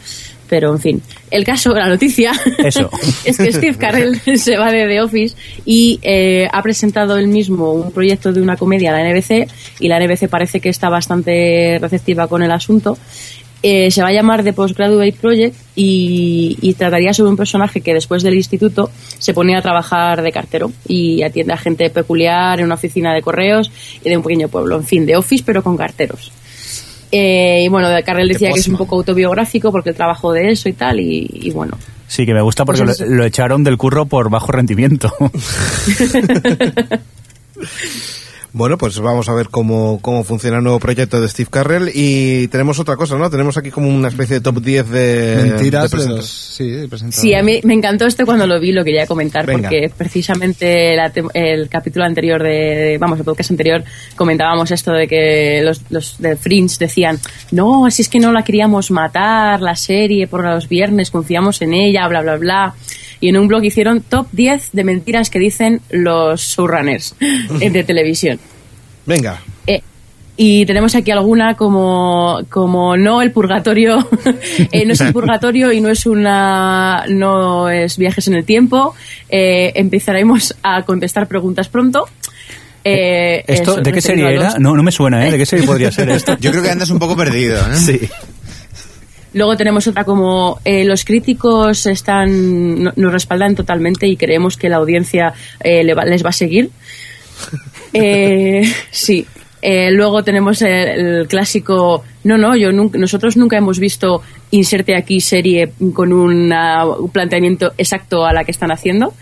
pero en fin. El caso, la noticia, [laughs]
Eso.
es que Steve Carell [laughs] se va de The Office y eh, ha presentado él mismo un proyecto de una comedia a la NBC y la NBC parece que está bastante receptiva con el asunto. Eh, se va a llamar The Postgraduate Project y, y trataría sobre un personaje que después del instituto se ponía a trabajar de cartero y atiende a gente peculiar en una oficina de correos y de un pequeño pueblo. En fin, de office pero con carteros. Eh, y bueno, Carrell decía que es un poco autobiográfico porque él trabajó de eso y tal, y, y bueno.
Sí, que me gusta porque
Pues
lo,
es-
lo echaron del curro por bajo rendimiento. [laughs]
Bueno, pues vamos a ver cómo, cómo funciona el nuevo proyecto de Steve Carrell. Y tenemos otra cosa, ¿no? Tenemos aquí como una especie de top 10 de... Eh, de
Mentiras de
presenta-
los- Sí, de presentadores.
Sí, a mí me encantó este cuando lo vi, lo quería comentar,
Venga.
porque precisamente la tem- el capítulo anterior de, vamos, el podcast anterior, comentábamos esto de que los, los de Fringe decían, no, si es que no la queríamos matar, la serie, por los viernes, confiamos en ella, bla, bla, bla. Y en un blog hicieron top 10 de mentiras que dicen los showrunners eh, de televisión.
Venga.
Eh, y tenemos aquí alguna como, como no el purgatorio, [laughs] eh, no es el purgatorio y no es una no es viajes en el tiempo. Eh, empezaremos a contestar preguntas pronto. Eh,
¿Esto,
eso,
¿De qué
referido
serie
a los-
era? No, no me suena, ¿eh? ¿De qué serie podría ser esto?
Yo creo que andas un poco perdido, ¿eh? ¿no?
Sí.
Luego tenemos otra como eh, los críticos están no- nos respaldan totalmente y creemos que la audiencia eh, le va- les va a seguir. Eh, sí. Eh, luego tenemos el, el clásico. No, no, yo nun- nosotros nunca hemos visto inserte aquí serie con una- un planteamiento exacto a la que están haciendo.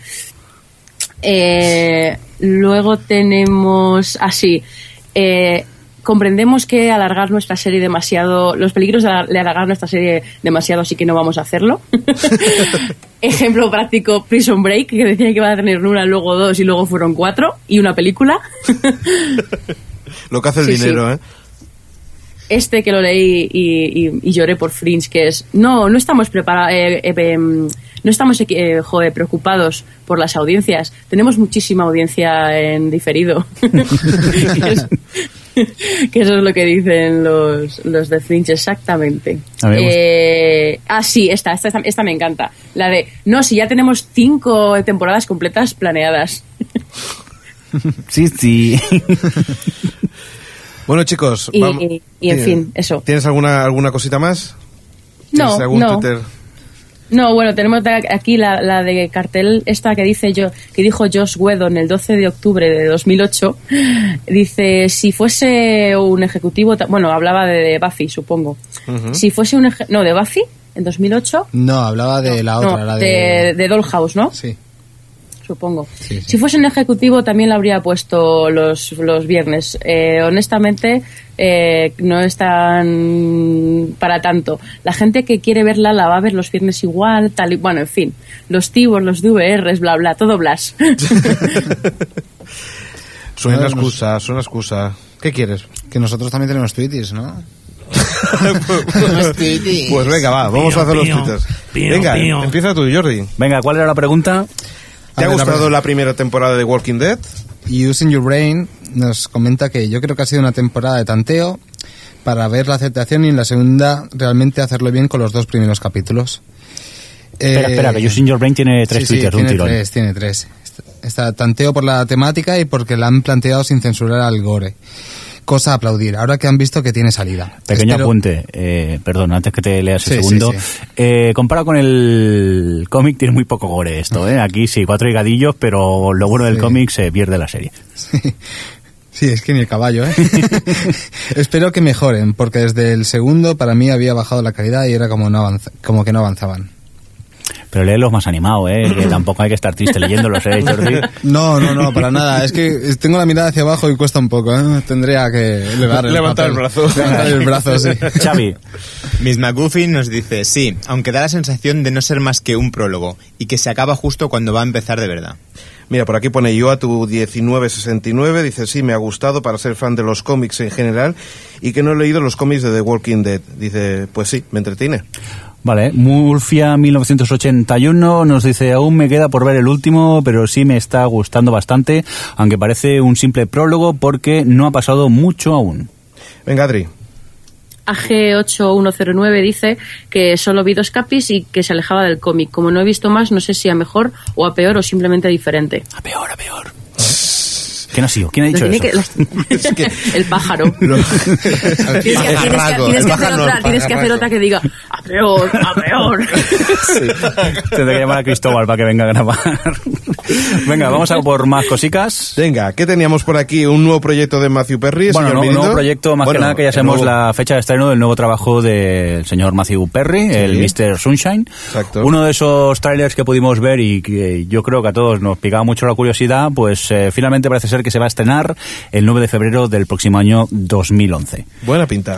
Eh, luego tenemos así. eh, comprendemos que alargar nuestra serie demasiado. Los peligros de alar- de alargar nuestra serie demasiado, así que no vamos a hacerlo. Ejemplo práctico: Prison Break, que decía que iba a tener una, luego dos y luego fueron cuatro y una película.
Lo que hace el
Sí,
dinero,
sí.
¿eh?
este que lo leí y, y- y lloré por Fringe, que es, no, no estamos preparados, em, no estamos equi- eh, joder, preocupados por las audiencias, tenemos muchísima audiencia en diferido, que, es- que eso es lo que dicen los, los de Fringe exactamente.
A ver, vamos.
Eh, ah, sí, esta, esta, esta, esta me encanta, la de, no, si ya tenemos cinco temporadas completas planeadas.
Sí, sí.
Bueno, chicos.
Y-
vam-
y- y en
Bien.
fin, eso.
¿Tienes alguna, alguna cosita más?
No,
¿Tienes algún
no.
Twitter?
No, bueno, tenemos de- aquí la, la de cartel esta que dice yo, que dijo Josh Whedon el 12 de octubre de 2008. Dice, si fuese un ejecutivo, ta- bueno, hablaba de, Buffy, supongo. Si fuese un eje- no, de Buffy en 2008,
No, hablaba de la otra,
no,
la de...
de, de Dollhouse, ¿no?
Sí.
supongo.
Sí, sí.
Si fuese un ejecutivo también lo habría puesto los, los viernes. Eh, honestamente, eh, no es tan para tanto. La gente que quiere verla la va a ver los viernes igual, tal y bueno, en fin. Los tibos, los DVRs, bla, bla,
[laughs]
todo blas.
Suena
No, no
excusa, suena excusa. ¿Qué quieres?
Que nosotros también tenemos tweets, ¿no?
[laughs] pues venga, va, vamos a hacer los
Pío,
twitters.
pío,
venga,
pío.
empieza tú, Jordi.
Venga, ¿cuál era la pregunta?
¿Te
A
ha
ver, la
gustado
verdad.
la primera temporada de Walking Dead?
Y Using Your Brain nos comenta que yo creo que ha sido una temporada de tanteo para ver la aceptación y en la segunda realmente hacerlo bien con los dos primeros capítulos.
espera,
Eh,
espera, que Justin Your Brain tiene tres
sí, sí,
Twitter, de un
tiene
tirón.
tres, tiene tres. Está- Está tanteo por la temática y porque la han planteado sin censurar al gore. Cosa a aplaudir, ahora que han visto que tiene salida.
Pequeño
Espero-
apunte, eh, perdón, antes que te leas el
Este Sí,
segundo.
sí,
Eh, comparado con el cómic, tiene muy poco gore esto, ¿eh? Aquí sí, cuatro higadillos, pero lo bueno del
Ah. Sí.
cómic se pierde la serie.
[laughs] Sí, es que ni el caballo,
[laughs]
¿eh? Espero que mejoren, porque desde el segundo para mí había bajado la calidad y era como, no avanza- como que no avanzaban.
Pero léelos más animado, ¿eh?
[clears throat]
Que tampoco hay que estar triste leyéndolos, ¿eh,
[laughs]
Jordi?
No, no, no, para nada. Es que tengo la mirada hacia abajo y cuesta un poco. ¿eh? Tendría que elevar el
Levantar el
papel.
brazo.
Levantar el brazo, sí.
[laughs] Xavi,
Miss McGuffin nos dice, sí, aunque da la sensación de no ser más que un prólogo y que se acaba justo cuando va a empezar de verdad.
Mira, por aquí pone yo a tu 1969, dice, sí, me ha gustado para ser fan de los cómics en general y que no he leído los cómics de The Walking Dead. Dice, pues sí, me entretiene.
Vale, Murcia 1981 nos dice, aún me queda por ver el último, pero sí me está gustando bastante, aunque parece un simple prólogo porque no ha pasado mucho aún.
Venga, Adri.
AG8109 dice que solo vi dos capis y que se alejaba del cómic. Como no he visto más, no sé si a mejor o a peor o simplemente diferente.
A Ah, peor, a peor. ¿Quién ha sido? ¿Quién ha dicho
Lo tiene
eso?
que-
[laughs]
el [laughs] pájaro.
El
Tienes que- tienes que- tienes
pajarraco, el
que hacer
pajarraco.
otra, tienes que hacer otra que diga a peor, a [laughs] peor.
[laughs] Tendré que llamar a Cristóbal para que venga a grabar. [laughs] Venga, vamos a por más cositas.
Venga, ¿qué teníamos por aquí? ¿Un nuevo proyecto de Matthew Perry?
Bueno,
señor
no, un
Mirindo?
nuevo proyecto, más
Bueno,
que nada que ya
el
sabemos
nuevo-
la fecha de estreno del nuevo trabajo del señor Matthew Perry, el Mr. Sunshine.
Exacto.
Uno de esos trailers que pudimos ver y que yo creo que a todos nos picaba mucho la curiosidad, pues eh, finalmente parece ser que se va a estrenar el 9 de febrero del próximo año 2011.
Buena pinta.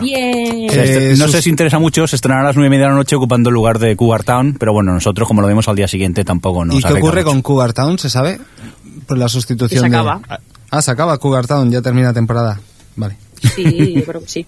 Se
Bien.
estre-
Eh,
este, no
sus-
sé si interesa mucho, se estrenará a las 9 y media de la noche ocupando el lugar de Cougar Town, pero bueno, nosotros como lo vemos al día siguiente tampoco nos
¿Y qué
arregla
ocurre
mucho.
con Cougar Town? ¿Se sabe? Por la sustitución.
Se
de-
acaba.
Ah, se acaba Cougar Town, ya termina temporada. Vale.
Sí, yo creo que sí.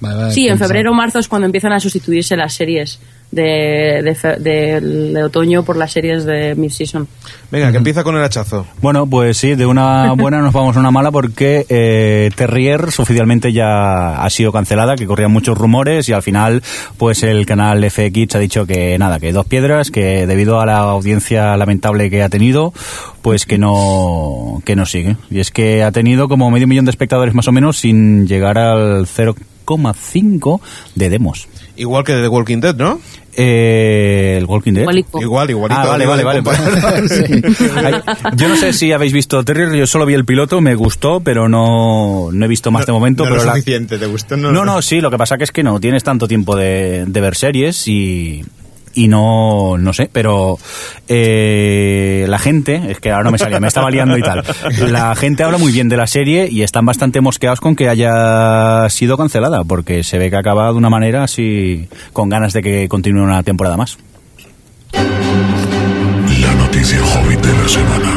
Vale, vale,
Sí, en
pensaba.
febrero o marzo es cuando empiezan a sustituirse las series de, de, fe- del- de otoño por las series de mid-season.
Venga, que empieza con el hachazo.
Bueno, pues sí, de
[laughs]
una buena nos vamos a una mala porque eh, Terriers oficialmente ya ha sido cancelada, que corrían muchos rumores y al final pues el canal FX ha dicho que nada, que dos piedras, que debido a la audiencia lamentable que ha tenido, pues que no que no sigue. Y es que ha tenido como medio millón de espectadores más o menos sin llegar al 0,5 de demos.
Igual que de The Walking Dead, ¿no?
Eh, el Walking Dead.
Igualico.
Igual, igualito.
Ah, vale,
digo,
vale,
de
vale.
comparar. [laughs]
Ay, yo no sé si habéis visto Terrier, yo solo vi el piloto, me gustó, pero no, no he visto más de momento.
No
pero
lo
la-
suficiente, ¿te gustó?
no, no, sí, lo que pasa que es que no tienes tanto tiempo de, de ver series y, y no, no sé, pero eh, la gente, es que ahora no me salía, me estaba liando y tal, la gente habla muy bien de la serie y están bastante mosqueados con que haya sido cancelada, porque se ve que acaba de una manera así, con ganas de que continúe una temporada más.
La noticia hobbit de la semana.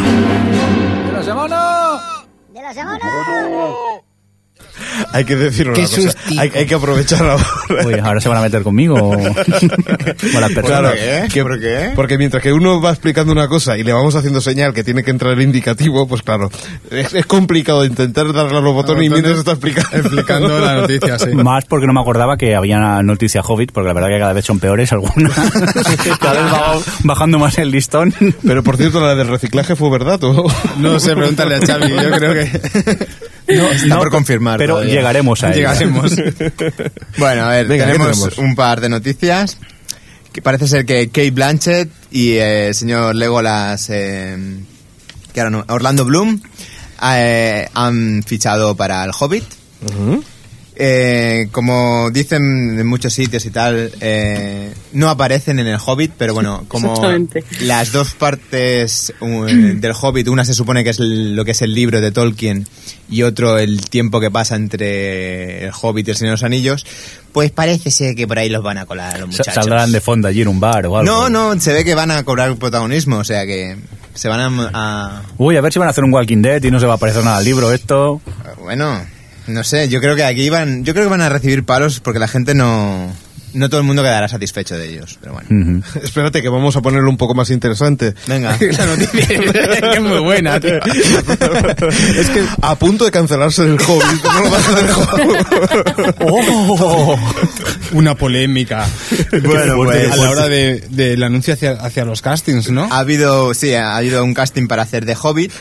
hay que decir una
Qué
cosa.
sustico.
Hay, hay que aprovechar [laughs] ahora.
Uy, ahora se van a meter conmigo [laughs] o con las
Claro,
personas.
qué?
que-
¿Por qué?
Porque mientras que uno va explicando una cosa y le vamos haciendo señal que tiene que entrar el indicativo, pues claro, es, es complicado intentar darle a los botones y mientras está explicando.
[laughs] Explicando la noticia,
[laughs]
sí.
Más porque no me acordaba que había una noticia Hobbit, porque la verdad que cada vez son peores
[laughs]
algunas. cada vez va bajando más el listón.
Pero por cierto, la del reciclaje fue verdad, ¿o?
[laughs] No sé, pregúntale a Xavi, yo creo que...
Está por confirmar.
Pero
todavía.
llegaremos a ello.
Llegaremos.
Bueno, a ver,
Venga, ¿qué
tenemos,
tenemos?
un par de noticias. Que parece ser que Kate Blanchett y eh, el señor Legolas, eh, que ahora no- Orlando Bloom, eh, han fichado para el Hobbit. Eh, como dicen en muchos sitios y tal, eh, no aparecen en el Hobbit, pero bueno, como
Exactamente.
las dos partes um, del Hobbit, una se supone que es el- lo que es el libro de Tolkien y otro el tiempo que pasa entre el Hobbit y el Señor de los Anillos, pues parece ser que por ahí los van a colar los
Sa-
muchachos.
Saldrán de fondo allí en un bar o algo.
no, no, se ve que van a cobrar protagonismo, o sea que se van a- a
Uy, a ver si van a hacer un Walking Dead y no se va a parecer nada al libro esto.
Bueno, no sé, yo creo que aquí van, yo creo que van a recibir palos porque la gente no, no todo el mundo quedará satisfecho de ellos, pero bueno. [laughs]
Ujú.
Espérate, que vamos a ponerlo un poco más
[laughs]
interesante.
[laughs]
Venga.
La noticia
[laughs] es muy buena, tío.
[laughs] es que a punto de cancelarse el Hobbit, no lo vas a dejar.
Oh.
Una [laughs] polémica.
Bueno, pues-
a la hora de- del anuncio hacia, hacia los castings, ¿no?
Ha habido, sí, ha habido un casting para hacer de Hobbit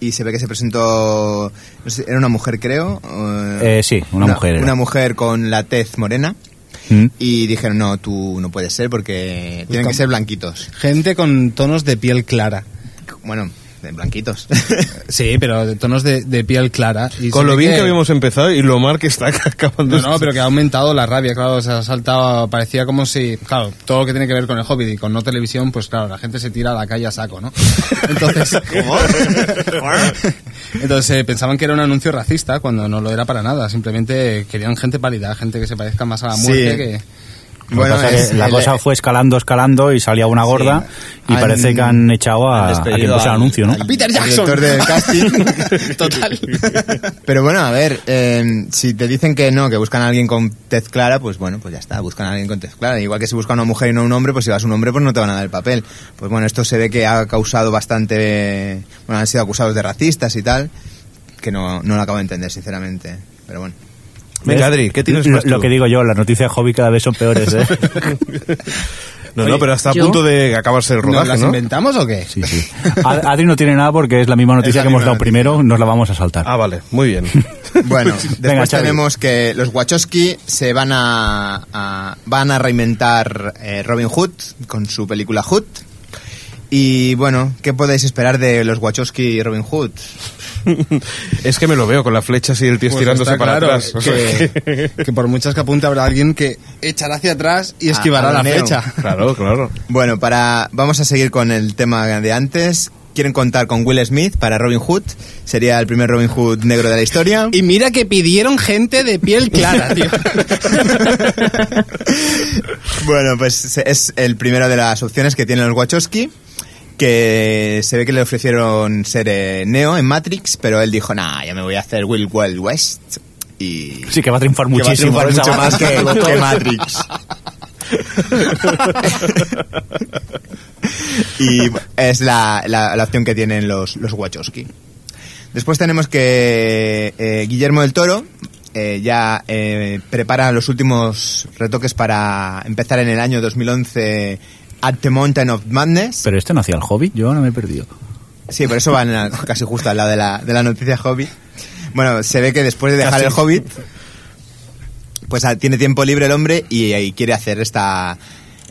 y se ve que se presentó, no sé, era una mujer creo.
Eh, sí, una mujer era.
Una mujer con la tez morena
Mm.
y dijeron, no, tú no puedes ser porque tienen que ser blanquitos.
Gente con tonos de piel clara.
Bueno, de blanquitos.
Sí, pero de tonos de, de piel clara. Y
Con
se
lo
ve
bien que habíamos empezado y lo mal que está [laughs] acabando. este
No, no, pero que ha aumentado la rabia, claro, se ha saltado, parecía como si, claro, todo lo que tiene que ver con el hobby y con no televisión, pues claro, la gente se tira a la calle a
[laughs]
saco, ¿no? Entonces, [laughs] Entonces eh, pensaban que era un anuncio racista cuando no lo era para nada, simplemente querían gente pálida, gente que se parezca más a la
Sí.
muerte que...
Lo que pasa es que la
el-
cosa fue escalando, escalando y salía una gorda y
Han-
parece que han echado a,
han
a
despedido
quien puso el
al-
anuncio, ¿no?
al Director del casting.
[laughs] Total.
Pero bueno, a ver, eh, si te dicen que no, que buscan a alguien con tez clara, pues bueno, pues ya está, buscan a alguien con tez clara. Igual que si buscan a una mujer y no a un hombre, pues si vas a un hombre, pues no te van a dar el papel. Pues bueno, esto se ve que ha causado bastante. Bueno, han sido acusados de racistas y tal, que no, no lo acabo de entender, sinceramente. Pero bueno.
Venga, Adri, ¿qué tienes
Lo,
más
lo
tú?
que digo yo, las noticias hobby cada vez son peores, ¿eh?
[laughs]
No, no, pero hasta a
¿yo?
punto de acabarse el
¿Nos
rodaje,
las
¿no?
inventamos o qué?
Sí,
[laughs]
sí. Ad- Adri no tiene nada porque es la misma noticia
Es la
que hemos
misma
dado
noticia.
primero, nos la vamos a saltar.
Ah, vale, muy
[laughs]
bien.
[laughs] Bueno, después
Venga, Xavi.
tenemos que los Wachowski se van a, a- van a reinventar eh, Robin Hood con su película Hood. Y bueno, ¿qué podéis esperar de los Wachowski y Robin Hood?
es que me lo veo con la flecha así el tío
Pues
estirándose
está
para
claro
atrás. O sea que- [laughs]
Que, que por muchas que apunte habrá alguien que echará hacia atrás y esquivará
Ah,
la
Romeo.
fecha.
Claro, claro.
Bueno, para vamos a seguir con el tema de antes. Quieren contar con Will Smith para Robin Hood. Sería el primer Robin Hood negro de la historia.
Y mira que pidieron gente de piel clara, [laughs] tío.
[laughs] bueno, pues es el primero de las opciones que tienen los Wachowski. Que se ve que le ofrecieron ser eh, Neo en Matrix, pero él dijo, nah, ya me voy a hacer Will Wild West. Y.
Sí, que va a triunfar
que va a
muchísimo.
triunfar
esa
mucho
banda.
más
[laughs]
que, que Matrix. y es la, la- la opción que tienen los, los Wachowski. Después tenemos que eh, Guillermo del Toro eh, ya eh, prepara los últimos retoques para empezar en el año 2011 At the Mountain of Madness.
Pero este no hacía el hobby, yo no me he perdido.
Sí, por eso van a- [laughs] casi justo al lado de la, de la noticia Hobbit. Bueno, se ve que después de dejar el Hobbit, pues ah, tiene tiempo libre el hombre y, eh, y quiere hacer esta,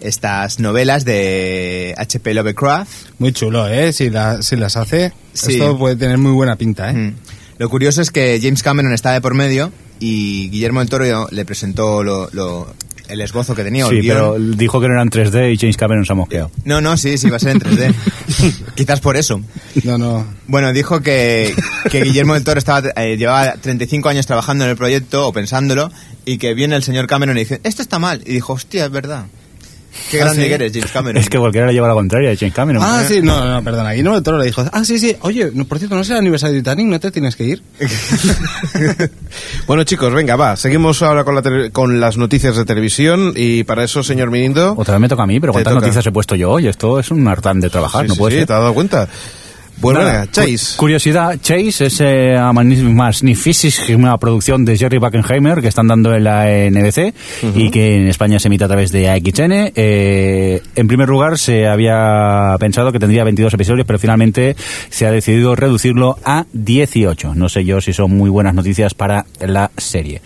estas novelas de H.P. Lovecraft.
Muy chulo, ¿eh? Si, la- si las hace,
Sí.
esto puede tener muy buena pinta, ¿eh?
Mm. Lo curioso es que James Cameron está de por medio y Guillermo del Toro le presentó lo- lo- el esbozo que tenía. o el
Sí,
guión.
pero dijo que no eran 3D y James Cameron se ha mosqueado.
No, no, sí, sí, va a ser
[laughs]
en 3D. Quizás por eso.
No, no.
Bueno, dijo que, que Guillermo del Toro estaba, eh, llevaba 35 años trabajando en el proyecto o pensándolo y que viene el señor Cameron y dice, esto está mal. Y dijo, hostia, es verdad. Qué
Ah,
grande
¿sí?
que eres, James Cameron.
Es que cualquiera le lleva la contraria a James Cameron.
Ah, sí, no, no, perdona. Guillermo del Toro le dijo, ah, sí, sí, oye, no, por cierto, no es el aniversario de Titanic, no te tienes que ir.
[laughs] Bueno, chicos, venga, va. Seguimos ahora con, la tele- con las noticias de televisión y para eso, señor Mirindo...
Otra vez me toca a mí,
Te
pero ¿cuántas
toca.
noticias he puesto yo hoy? Esto es un hartán de trabajar,
Sí,
no
sí,
puede
sí,
ser.
¿Te has dado cuenta? Bueno,
Nada,
venga, Chase.
cu- Curiosidad, Chase es eh, a magni- Magnificis, una producción de Jerry Buckenheimer que están dando en la NBC y que en España se emite a través de AXN. Eh, en primer lugar, se había pensado que tendría 22 episodios, pero finalmente se ha decidido reducirlo a 18. No sé yo si son muy buenas noticias para la serie.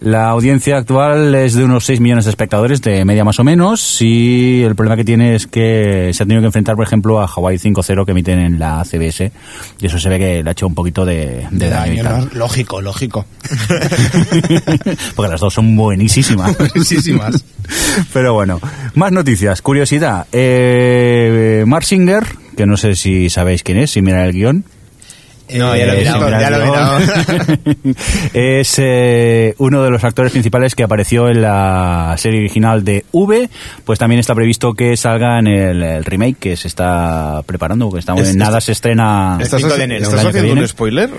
La audiencia actual es de unos 6 millones de espectadores, de media más o menos, y el problema que tiene es que se ha tenido que enfrentar, por ejemplo, a Hawaii 5.0 que emiten en la CBS, y eso se ve que le ha hecho un poquito de, de daño y tal.
¿no? Lógico, lógico.
[laughs] Porque las dos son [laughs] buenísimas.
Muchísimas.
Pero bueno, más noticias, curiosidad. Eh, Mark Singer, que no sé si sabéis quién es, si miran el guión.
No, ya lo he
Eh,
mirado,
sin mirar
ya lo he [laughs]
guión. es eh, uno de los actores principales que apareció en la serie original de V. Pues también está previsto que salga en el, el remake que se está preparando, que estamos
Es-
en nada se estrena.
¿Estás,
cinco de
haci-
enero,
estás
el año que
haciendo un
viene. [laughs]
spoiler?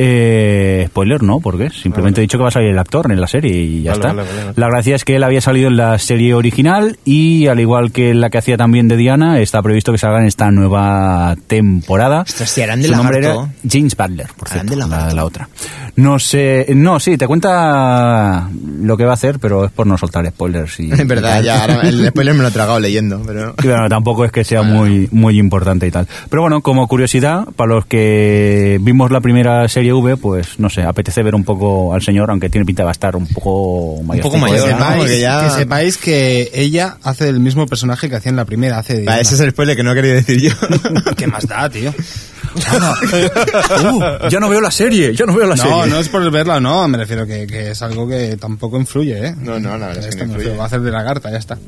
Eh, spoiler no, porque simplemente he dicho que va a salir el actor en la serie y ya
Vale,
está.
vale, vale, vale.
La gracia es que él había salido en la serie original y al igual que la que hacía también de Diana, está previsto que salga en esta nueva temporada.
Ostras, sí, harán de
Su nombre
lagarto.
era James Butler, por
Harán
cierto,
de
la,
lagarto.
la otra. No sé, no, sí, te cuenta lo que va a hacer, pero es por no soltar spoilers. Y,
[laughs] En verdad, ya, ahora el spoiler me lo he tragado leyendo, pero...
y bueno, tampoco es que sea muy, muy importante y tal. Pero bueno, como curiosidad, para los que vimos la primera serie V, pues no sé, apetece ver un poco al señor, aunque tiene pinta de estar un poco mayor.
poco
Que
mayor, Bueno,
sepáis,
¿no? porque ya-
que sepáis que ella hace el mismo personaje que hacía en la primera, hace...
[laughs]
[laughs]
Va, ese Ah, es el spoiler que no quería decir yo.
¿Qué más da, tío?
[laughs] Uh, ya no veo la serie, ya no veo la
No,
serie.
no es por verla, no, me refiero que, que es algo que tampoco influye, ¿eh?
No, no, la verdad es que
Esto
no
me refiero,
influye.
Va a hacer de la carta, ya está.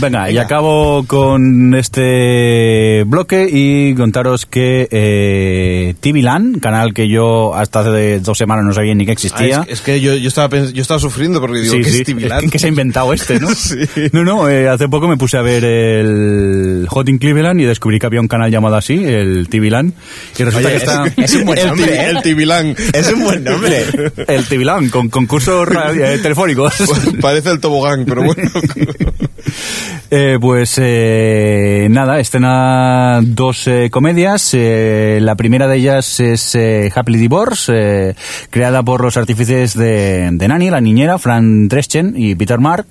Venga, y acabo con este bloque y contaros que eh, TV Land, canal que yo hasta hace dos semanas no sabía ni que existía.
Ah, es, es que yo, yo, estaba pens- yo estaba sufriendo porque digo,
Sí,
¿qué
sí.
es Stevie
Es
Land?
[laughs] que- que se ha inventado este, ¿no?
[laughs] Sí.
No, no, eh, hace poco me puse a ver el Hot in Cleveland y descubrí que había un canal llamado así, el TV Land, y resulta que está...
es un buen
el
nombre,
tibi-
¿eh?
El Tibilán.
Es un buen nombre.
El TV Land, con concursos radio- eh, telefónicos.
Parece el tobogán, pero bueno.
[laughs] Eh, pues eh, nada, escena dos eh, comedias. Eh, la primera de ellas es eh, Happily Divorce, eh, creada por los artífices de, de Nani, la niñera, Fran Dreschen y Peter Mark.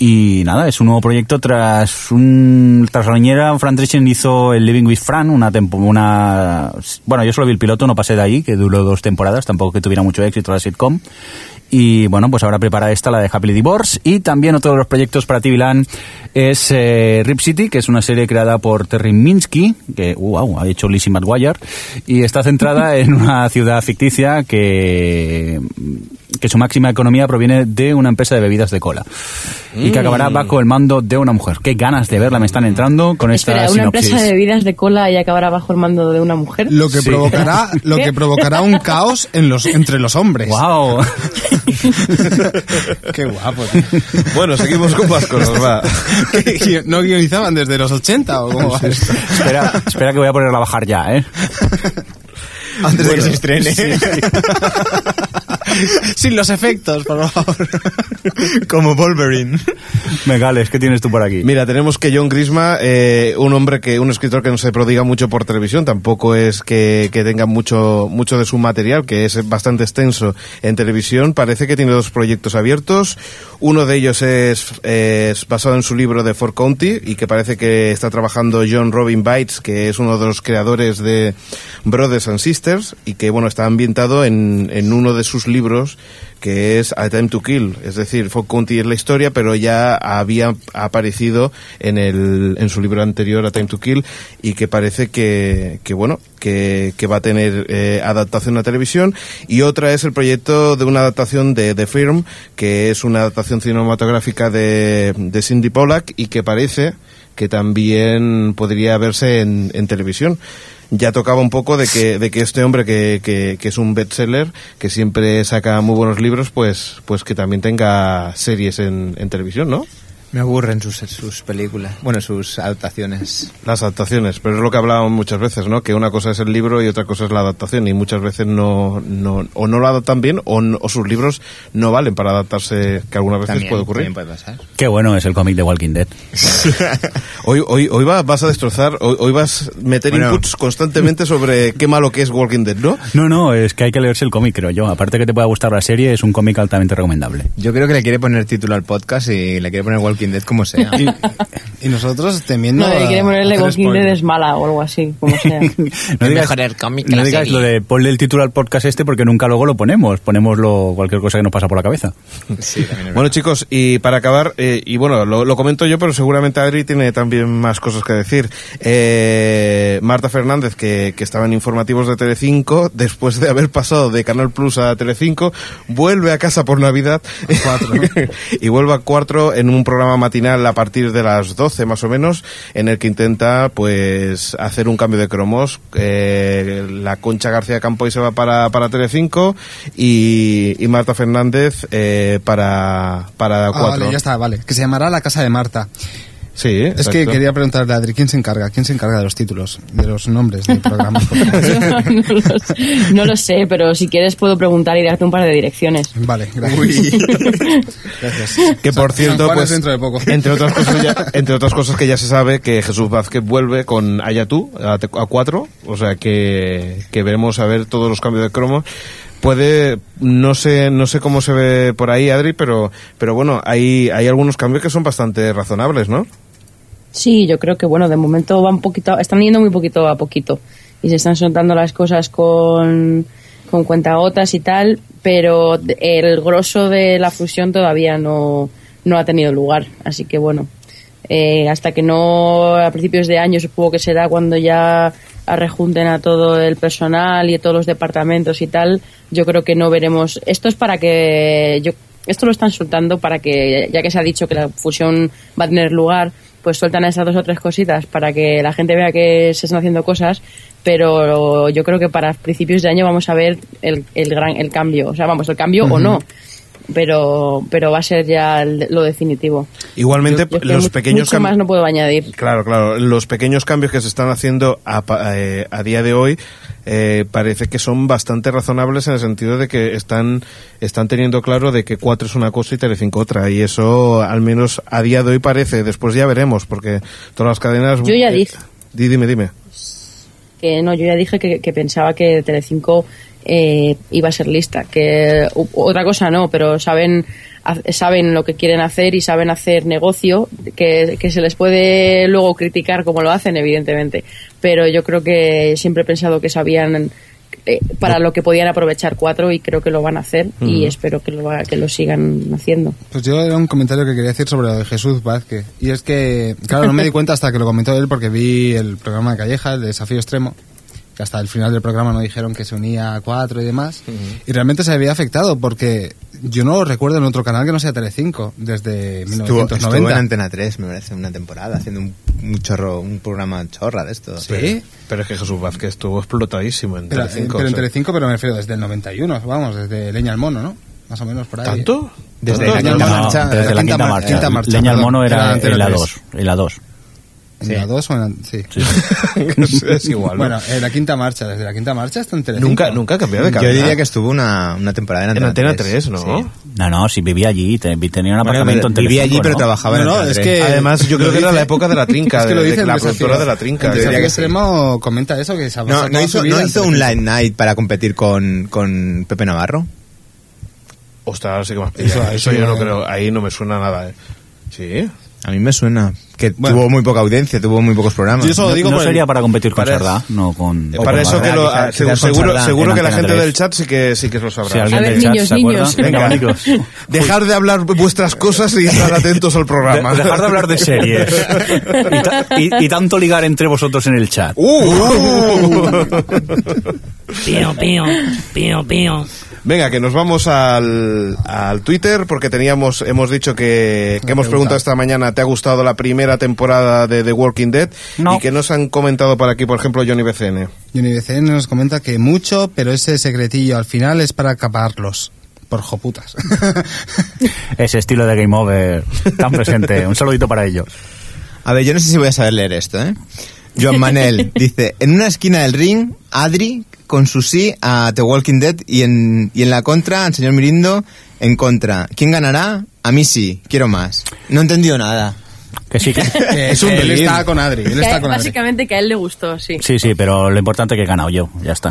Y nada, es un nuevo proyecto tras un tras la niñera, Fran Dreschen hizo el Living with Fran, una tempo- una bueno, yo solo vi el piloto, no pasé de ahí, que duró dos temporadas, tampoco que tuviera mucho éxito la sitcom. Y bueno, pues ahora prepara esta, la de Happily Divorce. Y también otro de los proyectos para TV Land es eh, Rip City, que es una serie creada por Terry Minsky, que wow, ha hecho Lizzie McGuire. Y está
[laughs]
centrada en una ciudad ficticia que, que su máxima economía proviene de una empresa de bebidas de cola. Y que acabará
Mm.
bajo el mando de una mujer. Qué ganas de verla me están entrando con esta
Espera, una
sinopsis.
empresa de bebidas de cola y acabará bajo el mando de una mujer.
Lo que
Sí.
provocará, lo que provocará un caos en los, entre los hombres.
[laughs]
¡Wow!
Qué guapo. tío.
bueno, seguimos con más cosas, va.
¿Qué guio- ¿No guionizaban desde los 80 o cómo va esto?
espera, espera que voy a ponerla a bajar ya, ¿eh?
Antes de que se estrene.
[laughs] Sin los efectos, por favor.
Como Wolverine.
Megales, ¿qué tienes tú por aquí?
Mira, tenemos que John Grisma, eh, un hombre que, un escritor que no se prodiga mucho por televisión, tampoco es que, que tenga mucho, mucho de su material, que es bastante extenso en televisión. Parece que tiene dos proyectos abiertos. Uno de ellos es, es basado en su libro de Fort County y que parece que está trabajando John Robin Bites, que es uno de los creadores de Brothers and Sisters y que, bueno, está ambientado en, en uno de sus libros que es A Time to Kill, es decir, Fort County es la historia, pero ya había aparecido en, el, en su libro anterior, A Time to Kill, y que parece que, que bueno, que, que va a tener eh, adaptación a televisión. Y otra es el proyecto de una adaptación de The Firm, que es una adaptación cinematográfica de, de Cindy Pollack y que parece que también podría verse en, en televisión. Ya tocaba un poco de que, de que este hombre que, que, que es un bestseller, que siempre saca muy buenos libros, pues, pues que también tenga series en, en televisión, ¿no?
Me aburren sus, sus películas. Bueno, sus adaptaciones.
Las adaptaciones, pero es lo que hablábamos muchas veces, ¿no? Que una cosa es el libro y otra cosa es la adaptación y muchas veces no, no o no lo adaptan bien o, n- o sus libros no valen para adaptarse, que algunas veces
También
puede ocurrir.
también puede pasar.
Qué bueno es el cómic de Walking Dead.
Hoy, hoy, hoy va- vas a destrozar, hoy, hoy vas a meter
Bueno.
inputs constantemente sobre qué malo que es Walking Dead, ¿no?
No, no, es que hay que leerse el cómic, creo yo. Aparte que te pueda gustar la serie, es un cómic altamente recomendable.
Yo creo que le quiere poner título al podcast y le quiere poner Walking Dead como [laughs] sea.
Y, y nosotros temiendo.
No, le quiere ponerle
hacer
Walking
spoiler.
Dead es mala o algo así, como [laughs] sea.
[laughs] No digas,
mejor el cómic que
no
la
digas
serie.
lo de ponle el título al podcast este porque nunca luego lo ponemos. Ponemos lo- cualquier cosa que nos pasa por la cabeza.
Sí, también es
Bueno chicos, y para acabar, eh, y bueno, lo, lo comento yo, pero seguramente Adri tiene también más cosas que decir. Eh, Marta Fernández, que, que estaba en informativos de Telecinco, después de haber pasado de Canal Plus a Telecinco, vuelve a casa por Navidad [laughs] y vuelve a cuatro en un programa matinal a partir de las 12 más o menos, en el que intenta pues hacer un cambio de cromos. Eh, la Concha García Campoy se va para, para Telecinco y, y Marta Fernández eh, para, para
Ah,
cuatro.
vale, ya está, vale. Que se llamará La Casa de Marta.
Sí,
Es que
exacto.
quería preguntarle a Adri, ¿quién se encarga? ¿Quién se encarga de los títulos? De los nombres de programas. por favor?
Yo [laughs] no, lo sé, no lo sé, pero si quieres puedo preguntar y darte un par de direcciones.
Vale, gracias. [laughs] gracias.
Que por
San- San
cierto,
Juan
pues,
es dentro de poco.
entre otras cosas ya, entre otras cosas que ya se sabe que Jesús Vázquez vuelve con Ayatú a, te- a cuatro, o sea que, que veremos a ver todos los cambios de cromo. Puede, no sé, no sé cómo se ve por ahí, Adri, pero, pero bueno, hay, hay algunos cambios que son bastante razonables, ¿no?
Sí, yo creo que bueno, de momento van poquito, están yendo muy poquito a poquito y se están soltando las cosas con, con cuentagotas y tal, pero el grosso de la fusión todavía no, no ha tenido lugar, así que bueno, eh, hasta que no a principios de año supongo que será cuando ya rejunten a todo el personal y a todos los departamentos y tal, yo creo que no veremos. Esto es para que yo esto lo están soltando para que ya que se ha dicho que la fusión va a tener lugar, pues sueltan esas dos o tres cositas para que la gente vea que se están haciendo cosas, pero yo creo que para principios de año vamos a ver el, el gran el cambio, o sea, vamos, el cambio o no. Pero, pero va a ser ya el- lo definitivo.
Igualmente,
Yo es que
los
mu-
pequeños
mucho
cam-
más no puedo añadir.
Claro, claro. Los pequeños cambios que se están haciendo a, pa- eh, a día de hoy eh, parece que son bastante razonables en el sentido de que están, están teniendo claro de que cuatro es una cosa y Telecinco otra. Y eso, al menos a día de hoy parece. Después ya veremos, porque todas las cadenas...
Yo ya
eh,
dije.
di- Dime, dime.
que no, yo ya dije que, que pensaba que Telecinco eh, iba a ser lista, que u- otra cosa no, pero saben ha- saben lo que quieren hacer y saben hacer negocio, que, que se les puede luego criticar como lo hacen, evidentemente, pero yo creo que siempre he pensado que sabían eh, para lo que podían aprovechar cuatro y creo que lo van a hacer y espero que lo, va- que lo sigan haciendo.
Pues yo era un comentario que quería decir sobre lo de Jesús Vázquez. Y es que, claro, no me di cuenta hasta que lo comentó él porque vi el programa de Calleja, el de Desafío Extremo, que hasta el final del programa no dijeron que se unía a cuatro y demás. Y realmente se había afectado porque yo no lo recuerdo en otro canal que no sea Telecinco desde
Estuvo,
1990.
estuvo en Antena 3, me parece, una temporada, haciendo un, un chorro, un programa chorra de esto.
Sí,
Pero es que Jesús Vázquez estuvo explotadísimo en
pero, eh,
Telecinco.
pero en
o sea.
Telecinco, pero me refiero desde el 91, vamos, desde Leña al Mono, ¿no? Más o menos por ahí.
¿Tanto?
Desde
¿Tanto?
el
No,
año Quinta marcha,
desde la quinta, marcha.
quinta marcha,
Leña al
perdón.
mono era,
Era Antena
el
tres.
A2. El A2.
¿En la 2 o en la- sí.
Sí, sí.
[laughs]
es, es igual. ¿no?
Bueno, eh, la quinta marcha, desde la quinta marcha hasta en Telecinco.
nunca, nunca ha cambiado de
Yo
cadena.
diría que estuvo una, una temporada en
en
Antena,
Antena 3, ¿no?
Sí.
No, no, si vivía allí. te- tenía un
Bueno,
apartamento en
pero vivía allí,
Telecinco,
pero
¿no?
trabajaba
No,
en
no,
Antena
es
3.
que-
Además, yo creo que era la época de la trinca,
Es que
de,
lo
de
dice
la
el desafío.
productora de la trinca.
El
Yo
desafío
diría que sí.
extremo comenta eso que se ha
No,
basado
no
su
hizo,
vida
no
en
hizo un
Telecinco.
live night para competir con, con Pepe Navarro.
Ostras, sí que me has
Eso-
pillado. Eso,
eso
yo
ya-
no creo, ahí no me suena nada. ¿eh? Sí.
A mí me suena que
Bueno.
tuvo muy poca audiencia, tuvo muy pocos programas.
Yo eso
No,
digo
no
por el-
sería para competir con
para-
Sardá, no con... o
Eh, Para
con
eso
Barra.
que lo,
quizá-
ah,
quizá
seguro,
con
seguro,
Sardá
seguro
en
que la
Antena
gente
tres.
del chat sí que sí que lo
Si
sabrá.
alguien
A ver,
del chat
niños,
se acuerda.
niños.
Venga,
Venga.
amigos.
Dejar de hablar vuestras cosas y
[laughs]
estar atentos al programa.
De- dejar de hablar
[laughs]
de series. Y, ta- y- y tanto ligar entre vosotros en el chat.
Uh,
[laughs]
pío, pío, pío, pío.
Venga, que nos vamos al, al Twitter porque teníamos, hemos dicho que, que hemos preguntado esta mañana, ¿te ha gustado la primera temporada de The Walking Dead?
No.
Y que nos han comentado por aquí, por ejemplo, Johnny BCN.
Y UniBCN nos comenta que mucho, pero ese secretillo al final es para acabarlos.
[laughs]
Por joputas.
Ese estilo de Game Over tan presente. Un saludito para ellos.
A ver, yo no sé si voy a saber leer esto, ¿eh?
[laughs]
Joan Manel dice, en una esquina del ring, Adri con su sí a The Walking Dead y en, y en la contra, al señor Mirindo, en contra. ¿Quién ganará? A mí sí, quiero más. No he entendido nada.
[laughs]
Que sí, que...
es
un
él
delín.
está con Adri. Él
Que a-
está con Adri.
básicamente que a él le gustó, sí.
Sí, sí, pero lo importante es que he ganado yo. Ya está.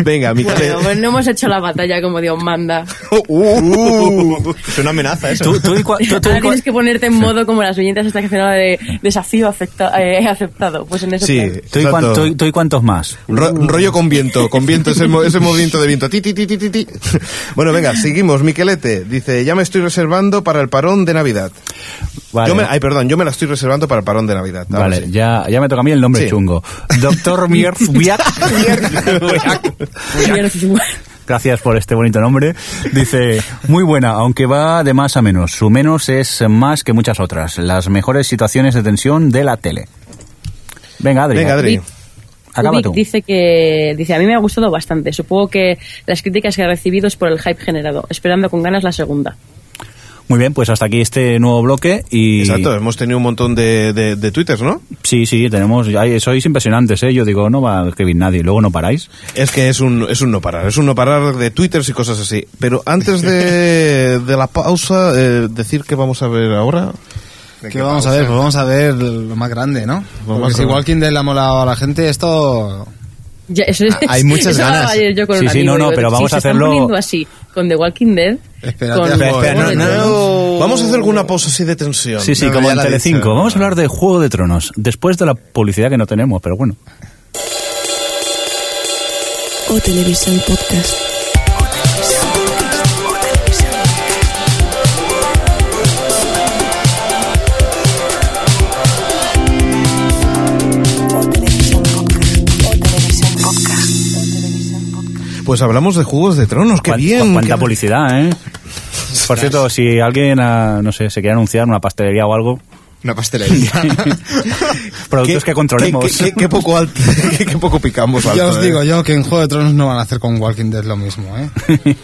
Venga, mi
Bueno, [laughs] pues no hemos hecho la batalla como Dios
[laughs]
manda.
Uh, es una amenaza eso.
Tú, tú y cua- tú- tú y
Ahora
cua-
Ah, tienes que ponerte en modo como las viñetas hasta que final de desafío afecta- eh, aceptado. Pues en eso
Sí.
plan.
tú y cuan- tú y- tú y cuántos más.
Ro- rollo con viento, con viento, ese, mo- ese movimiento de viento. Ti, ti, ti, ti, ti, ti. Bueno, venga, seguimos. Miquelete dice, ya me estoy reservando para el parón de Navidad.
Vale.
Yo me- ay, perdón, yo me la estoy reservando para el parón de Navidad. Ahora
Vale,
sí.
ya, ya me toca a mí el nombre
Sí.
chungo.
[laughs]
Doctor Mierzwiak. [laughs] Gracias por este bonito nombre. Dice, muy buena, aunque va de más a menos. Su menos es más que muchas otras. Las mejores situaciones de tensión de la tele. Venga, Adri.
Venga, Adri.
Acaba
Ubik
tú.
dice que dice a mí me ha gustado bastante. Supongo que las críticas que he recibido es por el hype generado. Esperando con ganas la segunda.
Muy bien, pues hasta aquí este nuevo bloque y...
Exacto, hemos tenido un montón de, de, de twitters, ¿no?
Sí, sí, tenemos... ay, sois impresionantes, ¿eh? Yo digo, no va a escribir nadie. Luego no paráis.
Es que es un, es un no parar, es un no parar de twitters y cosas así. Pero antes de, de la pausa, eh, decir que vamos a ver ahora.
¿Qué vamos a ver? Pues vamos a ver lo más grande, ¿no?
Lo más
Porque si
grande.
Walking Dead le ha molado a la gente, esto...
Ya, eso-
Ah,
[laughs]
hay muchas
eso
ganas.
hablaba ayer yo con
Sí,
un
sí,
amigo,
no, no,
digo,
pero
si
vamos
se
a
están
hacerlo-
poniendo así con The Walking Dead.
Espérate,
con-
espera, espera,
con-
no, no.
Vamos a hacer una pausa así de tensión.
Sí, sí,
No,
como
ya
en
la he
Telecinco.
dicho.
Vamos a hablar de Juego de Tronos, después de la publicidad que no tenemos, pero bueno.
O Televisión Podcast.
Pues hablamos de Juegos de Tronos, qué
Cuán-
bien.
Cuánta
qué-
publicidad, ¿eh? Por cierto, si alguien, ah, no sé, se quiere anunciar una pastelería o algo,
[laughs]
[laughs]
Una pastelería.
productos que controlemos.
Pues Qué, qué- qué poco alto, [laughs] qué, qué poco picamos alto.
Ya os
¿eh?
digo yo que en Juego de Tronos no van a hacer con Walking Dead lo mismo, ¿eh?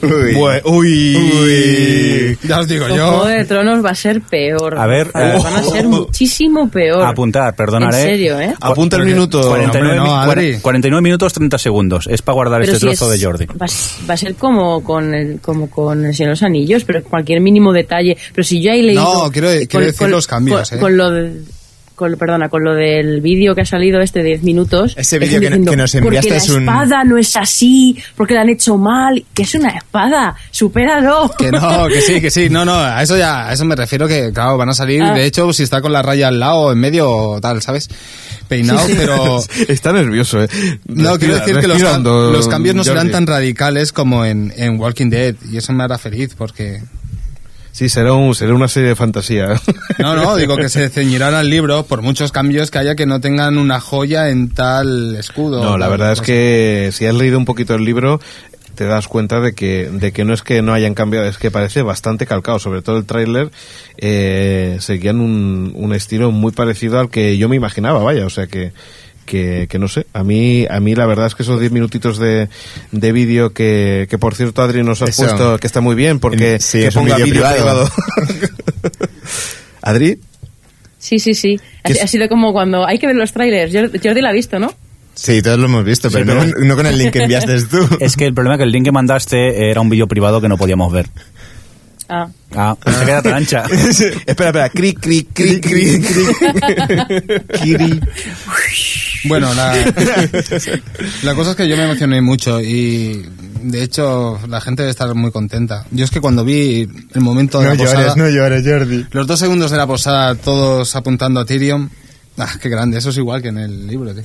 Uy.
Bue- uy.
Ya os digo
Con
yo.
Juego de Tronos va a ser peor.
A ver,
Joder,
eh,
van a ser muchísimo peor.
Apuntar, perdonaré.
En serio, ¿eh?
Apunta el minuto.
49,
Hombre, no,
mi-
Adri.
cuaren- 49 minutos 30 segundos. Es para guardar
Pero
este
si
trozo
es-
de
[laughs]
Jordi.
Va, a s- va a ser como con, el, como con el Señor de los Anillos, pero cualquier mínimo detalle. Pero si yo ahí leí.
No, quiero- quiero decir los cambios,
Con,
¿eh?
con lo de- con- perdona, con lo del vídeo que ha salido este de 10 minutos.
Ese
es
vídeo que no-
diciendo,
que nos enviaste
porque
es
la
un-
espada no es así, porque la han hecho mal, que es una espada, supéralo.
Que no, que sí, que sí. No, no, a eso ya, a eso me refiero que, claro, van a salir,
Ah.
de hecho, si está con la raya al lado, en medio o tal, ¿sabes? Peinado, pero...
[laughs]
[laughs]
Está nervioso, ¿eh?
No, quiero
Respira-
decir que los,
respirando,
cam- los cambios no serán
Jordi.
tan radicales como en, en Walking Dead, y eso me hará feliz, porque...
Sí, será, un- será una serie de fantasía.
No, no, digo que se ceñirán al libro por muchos cambios que haya que no tengan una joya en tal escudo.
No, la
Tal
verdad es
cosa.
que si has leído un poquito el libro te das cuenta de que, de que no es que no hayan cambiado, es que parece bastante calcado, sobre todo el tráiler eh, seguían un, un estilo muy parecido al que yo me imaginaba, vaya, o sea que, que, que no sé, a mí, a mí la verdad es que esos 10 minutitos de, de vídeo que, que por cierto Adri nos has
Eso.
puesto que está muy bien porque
Sí,
que
es un
ponga
vídeo
vídeo
privado. [laughs]
Adri,
[laughs] Sí, sí, sí. Ha,
es-
ha sido como cuando. Hay que ver los trailers. Jordi, Jordi la ha visto, ¿no?
Sí, todos lo hemos visto, pero, No, no con el link que enviaste tú.
Es que el problema es que el link que mandaste era un vídeo privado que no podíamos ver.
Ah.
Ah, se queda
[laughs]
tan ancha.
[laughs]
espera, espera, cri, cri, cri, cri,
[laughs]
Bueno, [laughs] la, la cosa es que yo me emocioné mucho y de hecho la gente debe estar muy contenta. Yo es que cuando vi el momento de
No
la posada,
llores, no llores, Jordi.
los dos segundos de la posada todos apuntando a Tyrion, ah, qué grande, eso es igual que en el libro, tío.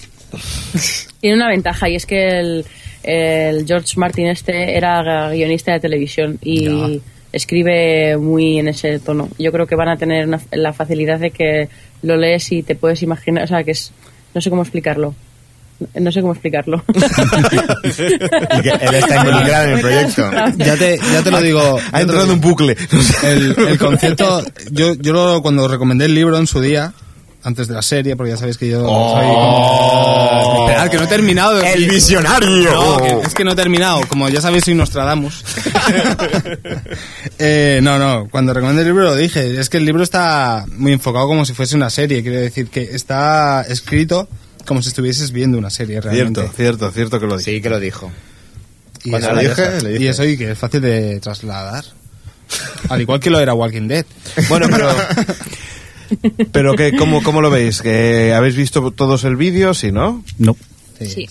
Tiene una ventaja y es que el, el George Martin este era guionista de televisión y escribe muy en ese tono. Yo creo que van a tener una- la facilidad de que lo lees y te puedes imaginar, o sea, que es, no sé cómo explicarlo. No sé cómo explicarlo.
[laughs] Y que él está
[laughs]
involucrado en el proyecto.
Ya te, ya te lo digo.
Ha entrado en un bucle.
el, [laughs] el concepto, yo, yo lo- cuando recomendé el libro en su día, antes de la serie, porque ya sabéis que yo soy... como- Esperad, que no he terminado. de-
¡El visionario!
No, que- es que no he terminado. Como ya sabéis, soy Nostradamus. Eh, no, no. Cuando recomendé el libro lo dije. Es que el libro está muy enfocado como si fuese una serie. Quiere decir que está escrito como si estuvieses viendo una serie realmente.
Cierto, cierto, cierto que lo dije.
Sí, que lo dijo.
Y
Cuando
eso-
lo dije, lo dije.
Y eso y que es fácil de trasladar. Al igual que lo era Walking Dead.
Bueno,
[laughs]
pero. pero que, ¿cómo, ¿cómo lo veis? ¿Que ¿Habéis visto todos el vídeo? Sí, ¿no?
No.
Sí.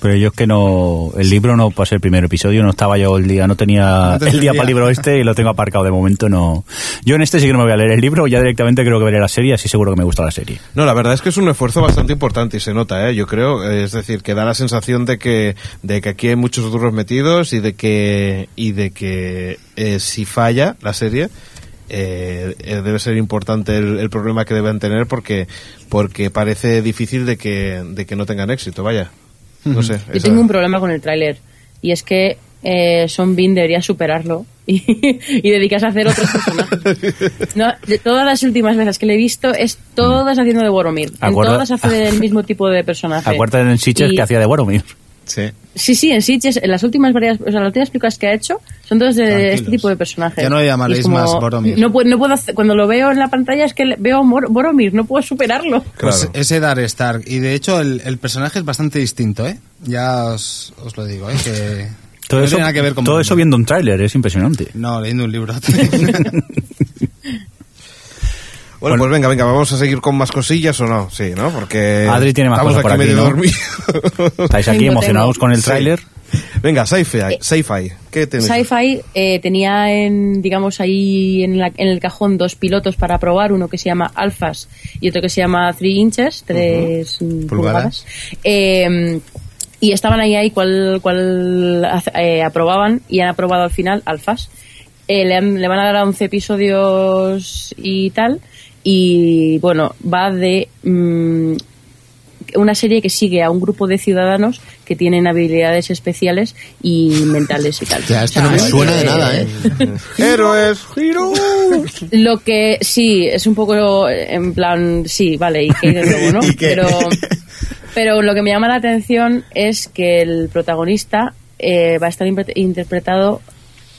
Pero yo es que no. El libro no pasé el primer episodio, no estaba yo el día, no tenía
No tenía
el día
el día.
para el libro este y lo tengo aparcado de momento, no. Yo en este sí que no me voy a leer el libro, ya directamente creo que veré la serie, así seguro que me gusta la serie.
No, la verdad es que es un esfuerzo bastante importante y se nota, ¿eh? yo creo. eh, Es decir, que da la sensación de que, de que aquí hay muchos duros metidos y de que, y de que eh, si falla la serie, eh, eh, debe ser importante el, el problema que deben tener porque, porque parece difícil de que, de que no tengan éxito, vaya. No sé.
Yo
esa-
tengo un problema con el tráiler y es que eh, Son Bean debería superarlo [laughs] y, y dedicarse a hacer otros personajes.
[laughs]
No, de todas las últimas veces que le he visto es todas haciendo de Boromir. En
Acuerda-
todas
[laughs]
hace el mismo tipo de personaje.
Acuérdate en Sitches
Y-
que hacía de Boromir.
Sí.
Sí, sí, en Sitges, en las últimas varias, o sea, las últimas películas que ha hecho son todas de este tipo de personajes.
Ya no le llamaréis
Y es como,
más Boromir.
No, puedo, no puedo hacer- cuando lo veo en la pantalla es que le- veo Mor- Boromir, no puedo superarlo.
Claro.
Pues ese Dar Stark. Y de hecho, el, el personaje es bastante distinto, ¿eh? Ya os, os lo digo, ¿eh? Que
Todo,
no
eso,
tiene nada que ver con
todo eso
Batman.
viendo un tráiler, es impresionante.
No, leyendo un libro.
Bueno, pues venga, venga, vamos a seguir con más cosillas o no, sí, ¿no? Porque
Adri tiene más
estamos
cosas por
aquí
aquí,
medio
¿no?
dormidos.
¿Estáis aquí
Tengo,
emocionados [laughs]
tengo.
con el
Sí.
tráiler?
venga, sci-fi, sci-fi, ¿qué tenéis?
Eh, Sci-Fi eh, tenía, en, digamos, ahí en, la- en el cajón dos pilotos para probar, uno que se llama Alphas y otro que se llama Three Inches, tres mm,
Pulgadas.
pulgadas. Eh, y estaban ahí, ahí, cuál, cuál hace- eh, aprobaban y han aprobado al final Alphas. Eh, le, han- le van a dar a 11 episodios y tal. Y bueno, va de mm, una serie que sigue a un grupo de ciudadanos que tienen habilidades especiales y mentales y tal.
[laughs] Ya, esto no me
O sea,
suena de
eh,
nada, ¿eh?
¡Héroes! ¡Giro!
Lo que sí, es un poco eh, en plan, sí, vale, y qué de nuevo, ¿no?
¿Y qué?
Pero, pero lo que me llama la atención es que el protagonista eh, va a estar impre- interpretado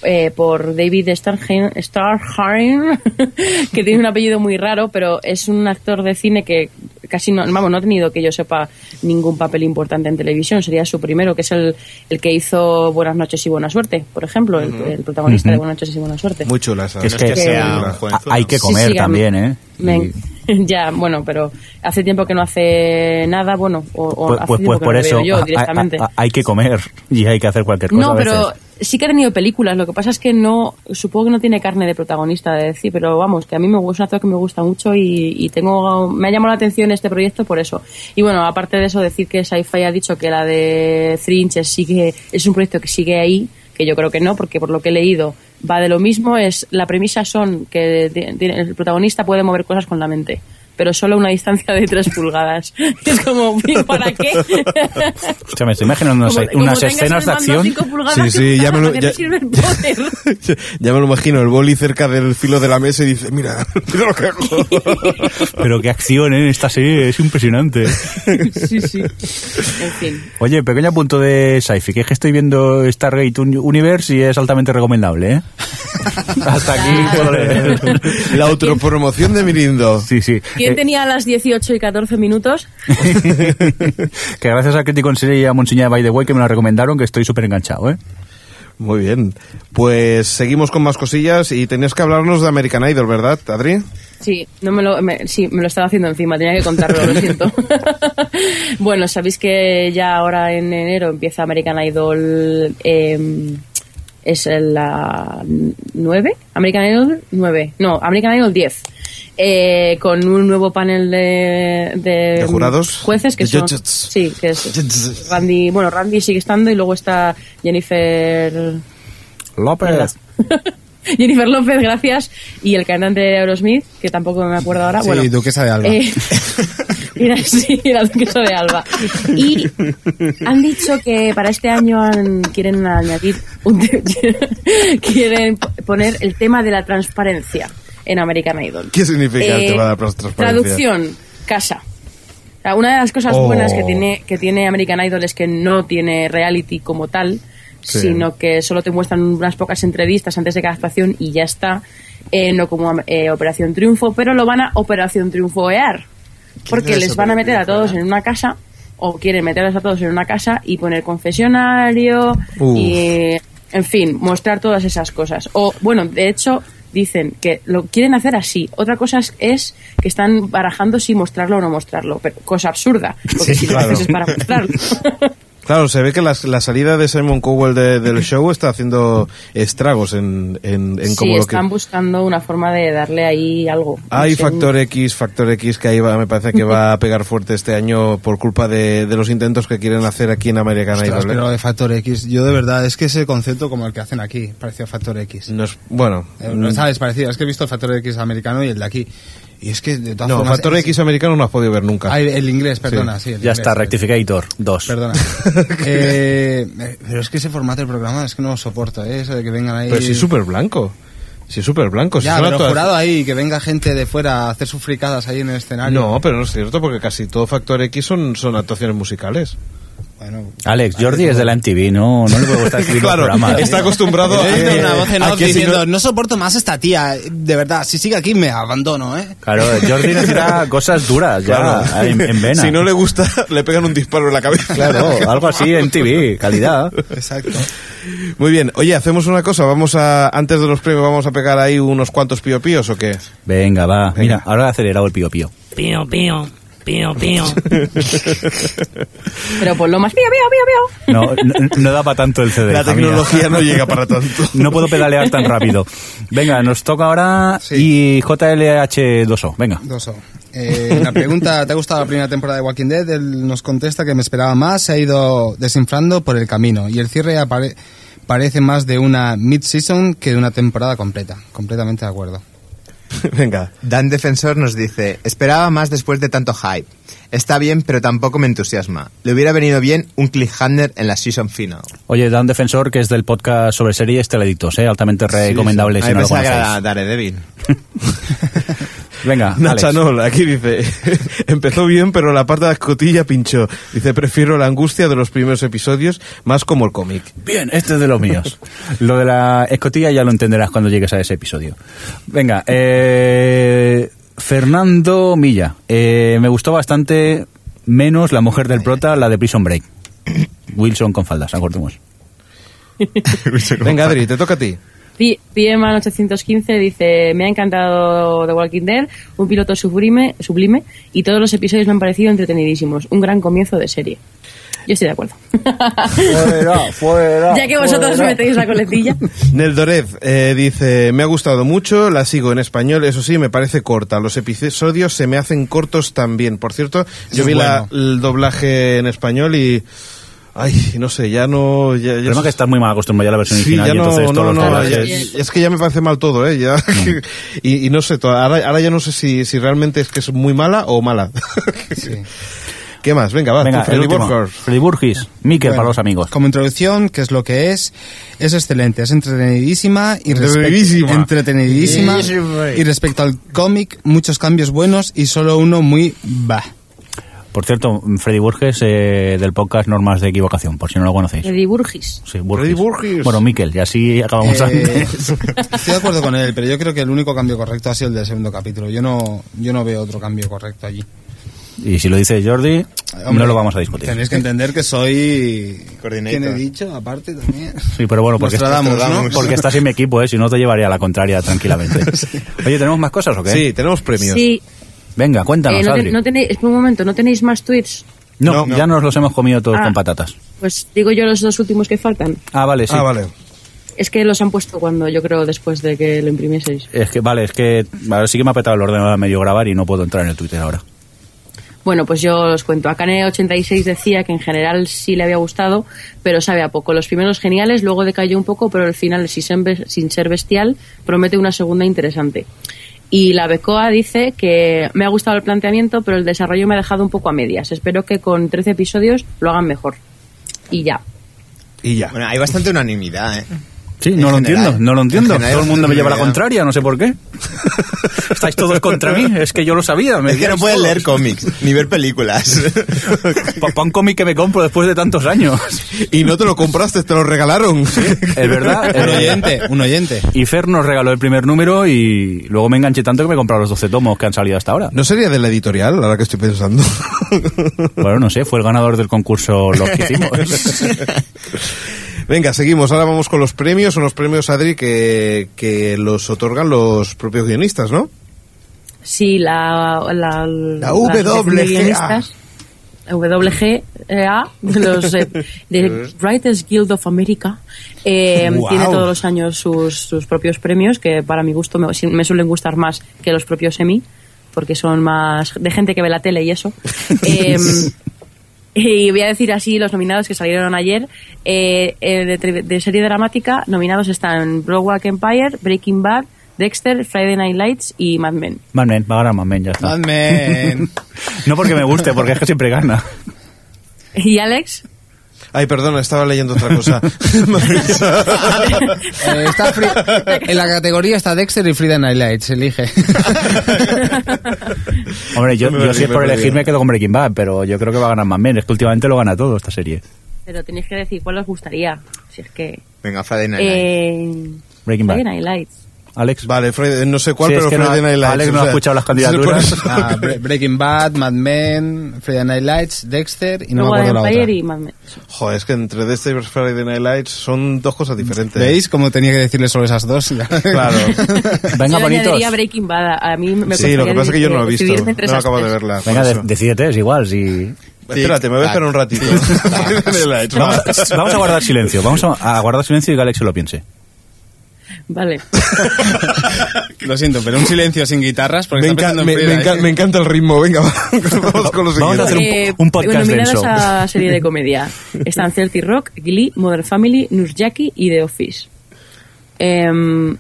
eh, por David Starheim, Starheim, [laughs] que tiene un apellido muy raro, pero es un actor de cine que casi no, vamos, no ha tenido que yo sepa ningún papel importante en televisión, sería su primero, que es el, el que hizo Buenas noches y buena suerte, por ejemplo, el, el protagonista de
Ujú.
Buenas noches y buena
[laughs]
suerte.
Muy chula esa.
Que es
no
que
sea
sea-
película jovenzuela.
hay que
Sí,
comer
sí, a mí-
también, ¿eh?
me-
Y-
[laughs] ya, bueno, pero hace tiempo que no hace nada, bueno, o, o
pues
hace
pues,
tiempo
pues
que
por
no le
eso
veo
a-
yo
a-
directamente.
a- a- hay que comer y hay que hacer cualquier cosa.
no,
a veces.
pero sí que ha tenido películas, lo que pasa es que no, supongo que no tiene carne de protagonista de decir, pero vamos, que a mí me gusta, es un actor que me gusta mucho y, y tengo, me ha llamado la atención este proyecto por eso. Y bueno, aparte de eso, decir que Sci-Fi ha dicho que la de Three Inches sigue, es un proyecto que sigue ahí, que yo creo que no, porque por lo que he leído va de lo mismo, es, la premisa son que ti- ti- el protagonista puede mover cosas con la mente. Pero solo a una distancia de tres pulgadas. [laughs] Es como,
[laughs]
¿para qué?
O sea, me estoy imaginando unas-
Como- como
unas
tengas
escenas de
el mando a
acción.
cinco pulgadas,
Sí,
¿qué
sí,
puta
ya me lo-
madre
ya-
sirve
[laughs]
el poder?
Ya- ya me lo imagino, el boli cerca del filo de la mesa y dice, mira, [laughs] mira lo que hago. [laughs]
[laughs] Pero qué acción en esta serie, es impresionante.
sí, sí. En fin.
Oye, pequeño punto de sci-fi, que es que estoy viendo Stargate Un- Universe y es altamente recomendable, ¿eh? [laughs] Hasta aquí puedo leer.
La autopromoción de Mirindo.
Sí, sí.
¿Quién
Eh,
tenía las 18 y 14 minutos?
[laughs] que gracias a Crítico en Serie y a Monseña By the Way que me la recomendaron, que estoy súper enganchado, ¿eh?
Muy bien. Pues seguimos con más cosillas y tenías que hablarnos de American Idol, ¿verdad, Adri?
Sí, no me lo, me- sí, me lo estaba haciendo encima, tenía que contarlo, lo siento. bueno, sabéis que ya ahora en enero empieza American Idol. eh, es la 9, American Idol 9, no, American Idol 10. eh, con un nuevo panel de,
¿De jurados?
jueces que
De
son
judges.
sí que es Randy bueno Randy sigue estando y luego está Jennifer
López.
[laughs] Jennifer López, gracias. Y el cantante de Aerosmith, que tampoco me acuerdo ahora.
Sí,
bueno,
Duquesa de
[laughs]
Alba.
eh, era, sí, era Duquesa de Alba. Y han dicho que para este año han- quieren añadir, un te- [laughs] quieren po- poner el tema de la transparencia en American Idol. Eh,
¿Qué significa el tema de la trans- transparencia?
Traducción, casa. O sea, una de las cosas
Oh.
buenas que tiene, que tiene American Idol es que no tiene reality como tal,
Sí.
sino que solo te muestran unas pocas entrevistas antes de cada actuación y ya está. Eh, no como eh, Operación Triunfo, pero lo van a Operación Triunfoear. Porque
es
les van a
Operación
meter a todos
Triunfoear?
en una casa, o quieren meterlos a todos en una casa y poner confesionario,
Uf.
y en fin, mostrar todas esas cosas. O, bueno, de hecho, dicen que lo quieren hacer así. Otra cosa es, es que están barajando si mostrarlo o no mostrarlo. Pero cosa absurda, porque
[laughs]
si
claro.
lo haces es para mostrarlo.
Claro, se ve que las- la, salida de Simon Cowell de- del show está haciendo estragos en, en, en
sí,
cómo lo que... Ah,
están buscando una forma de darle ahí algo. No
Hay
sé,
Factor X, Factor X que ahí va, me parece que va a pegar fuerte este año por culpa de, de los intentos que quieren hacer aquí en American
Ostras,
Idol. ¿eh?
pero lo de Factor X, yo de verdad, es que ese concepto como el que hacen aquí, parecido a Factor X.
No es- bueno,
Eh, No sabes, parecido, es que he visto el Factor X americano y el de aquí. Y es que de todas
mm, no,
formas- eh,
Factor
es-
X americano no has podido ver nunca.
Ah, el- el inglés, perdona, sí. el
Ya
inglés,
está,
el-
Rectificator
[laughs]
2.
Perdona. Eh, eh, pero es que ese formato del programa es que no lo soporto, ¿eh? Eso de que vengan ahí.
Pero si es súper blanco. Si es súper blanco. si
Ya,
son
pero
actuaciones-
jurado ahí, que venga gente de fuera a hacer sus fricadas ahí en el escenario.
No, pero no es cierto porque casi todo Factor X son, son actuaciones musicales.
Bueno,
Alex,
Ah,
Jordi es de la MTV, no, no le puede
[laughs]
gustar escribir ¿eh? los programas.
está acostumbrado a
Yo
que-
hice una voz en
a
off
que si
diciendo,
no-
no soporto más a esta tía. De verdad, si sigue aquí me abandono, ¿eh?
Claro,
[laughs]
Jordi necesita cosas duras ya
Claro.
en, en
[laughs]
vena.
Si no le gusta, le pegan un disparo en la cabeza. [laughs]
Claro, algo así en TV, calidad.
Exacto.
Muy bien. Oye, hacemos una cosa. Vamos a antes de los premios vamos a pegar ahí unos cuantos piopíos o qué. [laughs]
Venga, va. Mira, ahora ha acelerado el pío pío.
pío, pío, pío, pío.
Pero por lo más. ¡Pío, pío, pío, pío!
No,
[laughs]
no, no da para tanto el CD.
La
hija mía.
tecnología no llega [laughs] para tanto.
No puedo pedalear tan rápido. Venga, nos toca ahora y JLH2O. Venga.
Doso. Eh, la pregunta, ¿te ha gustado la primera temporada de Walking Dead? Él nos contesta que me esperaba más, se ha ido desinflando por el camino y el cierre apare- parece más de una mid-season que de una temporada completa. Completamente de acuerdo.
Venga.
Dan Defensor nos dice, esperaba más después de tanto hype. Está bien, pero tampoco me entusiasma. Le hubiera venido bien un cliffhanger en la season final.
Oye, Dan Defensor, que es del podcast sobre series teleditos, ¿eh? altamente recomendable
A
si
mí
no lo
pensaba que
conocéis.
era Daredevil.
Venga,
Nacha
Alex.
Nol, aquí dice, [laughs] empezó bien, pero la parte de la escotilla pinchó. Dice, prefiero la angustia de los primeros episodios más como el
[laughs]
cómic.
Bien, este es de los míos. Lo de la escotilla ya lo entenderás cuando llegues a ese episodio. Venga, eh, Fernando Milla. Eh, me gustó bastante menos la mujer del prota, la de Prison Break. Wilson con faldas, acordemos.
Venga, Adri, te toca a ti.
Pi- PM815 dice, me ha encantado The Walking Dead, un piloto sublime, sublime y todos los episodios me han parecido entretenidísimos. Un gran comienzo de serie. Yo estoy de acuerdo. [laughs]
Fuera, fuera.
ya que vosotros metéis la coletilla.
[laughs] Neldorez eh, dice, me ha gustado mucho, la sigo en español, eso sí, me parece corta. Los episodios se me hacen cortos también. Por cierto, yo
es
vi la-
bueno.
el doblaje en español y... Ay, no sé, ya no... Ya, ya
El problema es que estás muy mal acostumbrado ya a la versión
Sí,
original
ya
y
no,
entonces todos
no,
los
no,
doblajes-
ya-
doblajes.
es que ya me parece mal todo, ¿eh? Ya,
Mm.
[laughs] y, y no sé, to- ahora, ahora ya no sé si, si realmente es que es muy mala o mala. [laughs] ¿Qué más? Venga, va,
Venga,
Ah, tú,
el
Freddy
último.
Borchers.
Freddy Burgis, Miquel
Bueno,
para los amigos.
Como introducción, que es lo que es, es excelente, es entretenidísima y respect-
Entretenidísima.
entretenidísima. Y respecto al cómic, muchos cambios buenos y solo uno muy bah.
Por cierto, Freddy Burgis eh, del podcast Normas de Equivocación, por si no lo conocéis.
Freddy Burgis.
Sí, Burgis.
Freddy Burgis.
Bueno, Miquel, y así acabamos
Eh,
antes.
estoy de acuerdo con él, pero yo creo que el único cambio correcto ha sido el del segundo capítulo. Yo no, yo no veo otro cambio correcto allí.
Y si lo dice Jordi, no lo vamos a discutir.
Tenéis que entender que soy.
Coordinator.
¿Quién he dicho? Aparte también.
Sí, pero bueno, porque,
Nostradamus,
estás-
¿no?
porque estás en mi equipo, ¿eh? si no te llevaría a la contraria tranquilamente.
[laughs]
Oye, ¿tenemos más cosas o qué?
Sí, tenemos premios.
Sí,
Venga, cuéntanos,
eh, no, te-
Adri.
no tenéis, espera un momento, ¿no tenéis más tweets?
No,
No.
ya nos los hemos comido todos
Ah.
con patatas.
Pues digo yo los dos últimos que faltan.
Ah, vale, sí.
Ah, vale.
Es que los han puesto cuando, yo creo, después de que lo imprimieseis.
Es que, vale, es que ahora sí que me ha petado el ordenador a medio grabar y no puedo entrar en el Twitter ahora.
Bueno, pues yo os cuento. Akane86 decía que en general sí le había gustado, pero sabe a poco. Los primeros geniales, luego decayó un poco, pero el final, sin ser be- sin ser bestial, promete una segunda interesante. Y la Becoa dice que me ha gustado el planteamiento, pero el desarrollo me ha dejado un poco a medias. Espero que con 13 episodios lo hagan mejor. Y ya.
Y ya.
Bueno, hay bastante unanimidad, ¿eh?
Sí,
En
no lo
general.
entiendo, no lo entiendo.
En general,
Todo el mundo me lleva la
general.
contraria, no sé por
[laughs]
qué. Estáis todos contra mí, es que yo lo sabía. me
Es que no
decíais
puedes
todos.
leer cómics ni
[laughs]
ver películas.
Pa- pa' un cómic que me compro después de tantos
[laughs]
años.
Y no te lo compraste, te lo regalaron.
Es verdad.
Un
eh,
oyente, un oyente.
Y Fer nos regaló el primer número y luego me enganché tanto que me he comprado los 12 tomos que han salido hasta ahora.
¿No sería de la editorial, ahora que estoy
[laughs]
pensando?
Bueno, no sé, fue el ganador del concurso los que
[laughs]
hicimos.
Venga, seguimos. Ahora vamos con los premios. Son los premios, Adri, que, que los otorgan los propios guionistas, ¿no?
Sí, la... La, la
WGA.
de guionistas, la WGA, de los [laughs] eh, de Writers Guild of America, eh,
Guau.
tiene todos los años sus, sus propios premios, que para mi gusto me, me suelen gustar más que los propios Emmy, porque son más de gente que ve la tele y [laughs] eso. Em, y voy a decir así los nominados que salieron ayer. Eh, eh, de, tri- de serie dramática, nominados están Broadwalk Empire, Breaking Bad, Dexter, Friday Night Lights y Mad Men.
Mad Men, va a ganar Mad Men, ya está.
Mad Men.
No porque me guste, porque es que siempre gana.
¿Y Alex?
[laughs] Ay, perdona, estaba leyendo otra cosa. [laughs]
Eh, está
[laughs]
Fri- en la categoría está Dexter y Friday Night Lights, [laughs] elige.
Hombre,
[laughs]
yo,
Me
yo
perdí,
si es
me
por
perdí.
elegirme quedo con Breaking Bad, pero yo creo que va a ganar Mad Men. Es que últimamente lo gana todo esta serie.
Pero tenéis que decir cuál os gustaría. Si es que.
Venga, Friday Night Lights.
Eh,
Breaking Bad.
Friday Night Lights.
Alex.
vale, Friday- no sé cuál,
Sí, es
pero
que no-
Friday Night Lights,
Alex
o
no ha
sea, [laughs]
escuchado las
por
candidaturas.
eso-
Ah, Bre- Breaking Bad, Mad Men, Friday Night Lights, Dexter y no me
Luego
acuerdo la
Empire
otra.
y Mad Men.
Joder, es que entre Dexter y Friday Night Lights son dos cosas diferentes.
¿Veis cómo tenía que decirle sobre esas dos?
Claro.
Venga,
yo
bonitos.
añadiría Breaking Bad. A- A mí me
sí, lo que
gustaría
pasa es que yo no lo he visto.
decidirme entre
No
esas
acabo de
tres.
verla. por
Venga, de-
eso.
decídete, es igual, si...
Espérate, me voy a esperar un [laughs] ratito. Friday Night Lights, va.
Vamos, [laughs] vamos a guardar silencio, vamos a, a guardar silencio y que Alex se lo piense.
Vale.
[laughs] Lo siento, pero un silencio sin guitarras porque
Me,
está
enca-
pensando en ¿eh?
me- me
Friday.
enca- me encanta el ritmo, venga, [laughs] va. ¿eh? vamos con lo siguiente.
Vamos a hacer un-
Eh,
podcast
nominadas
denso.
a serie de comedia están 30 Rock, Glee, Modern Family, Nurjaki y The Office. Em,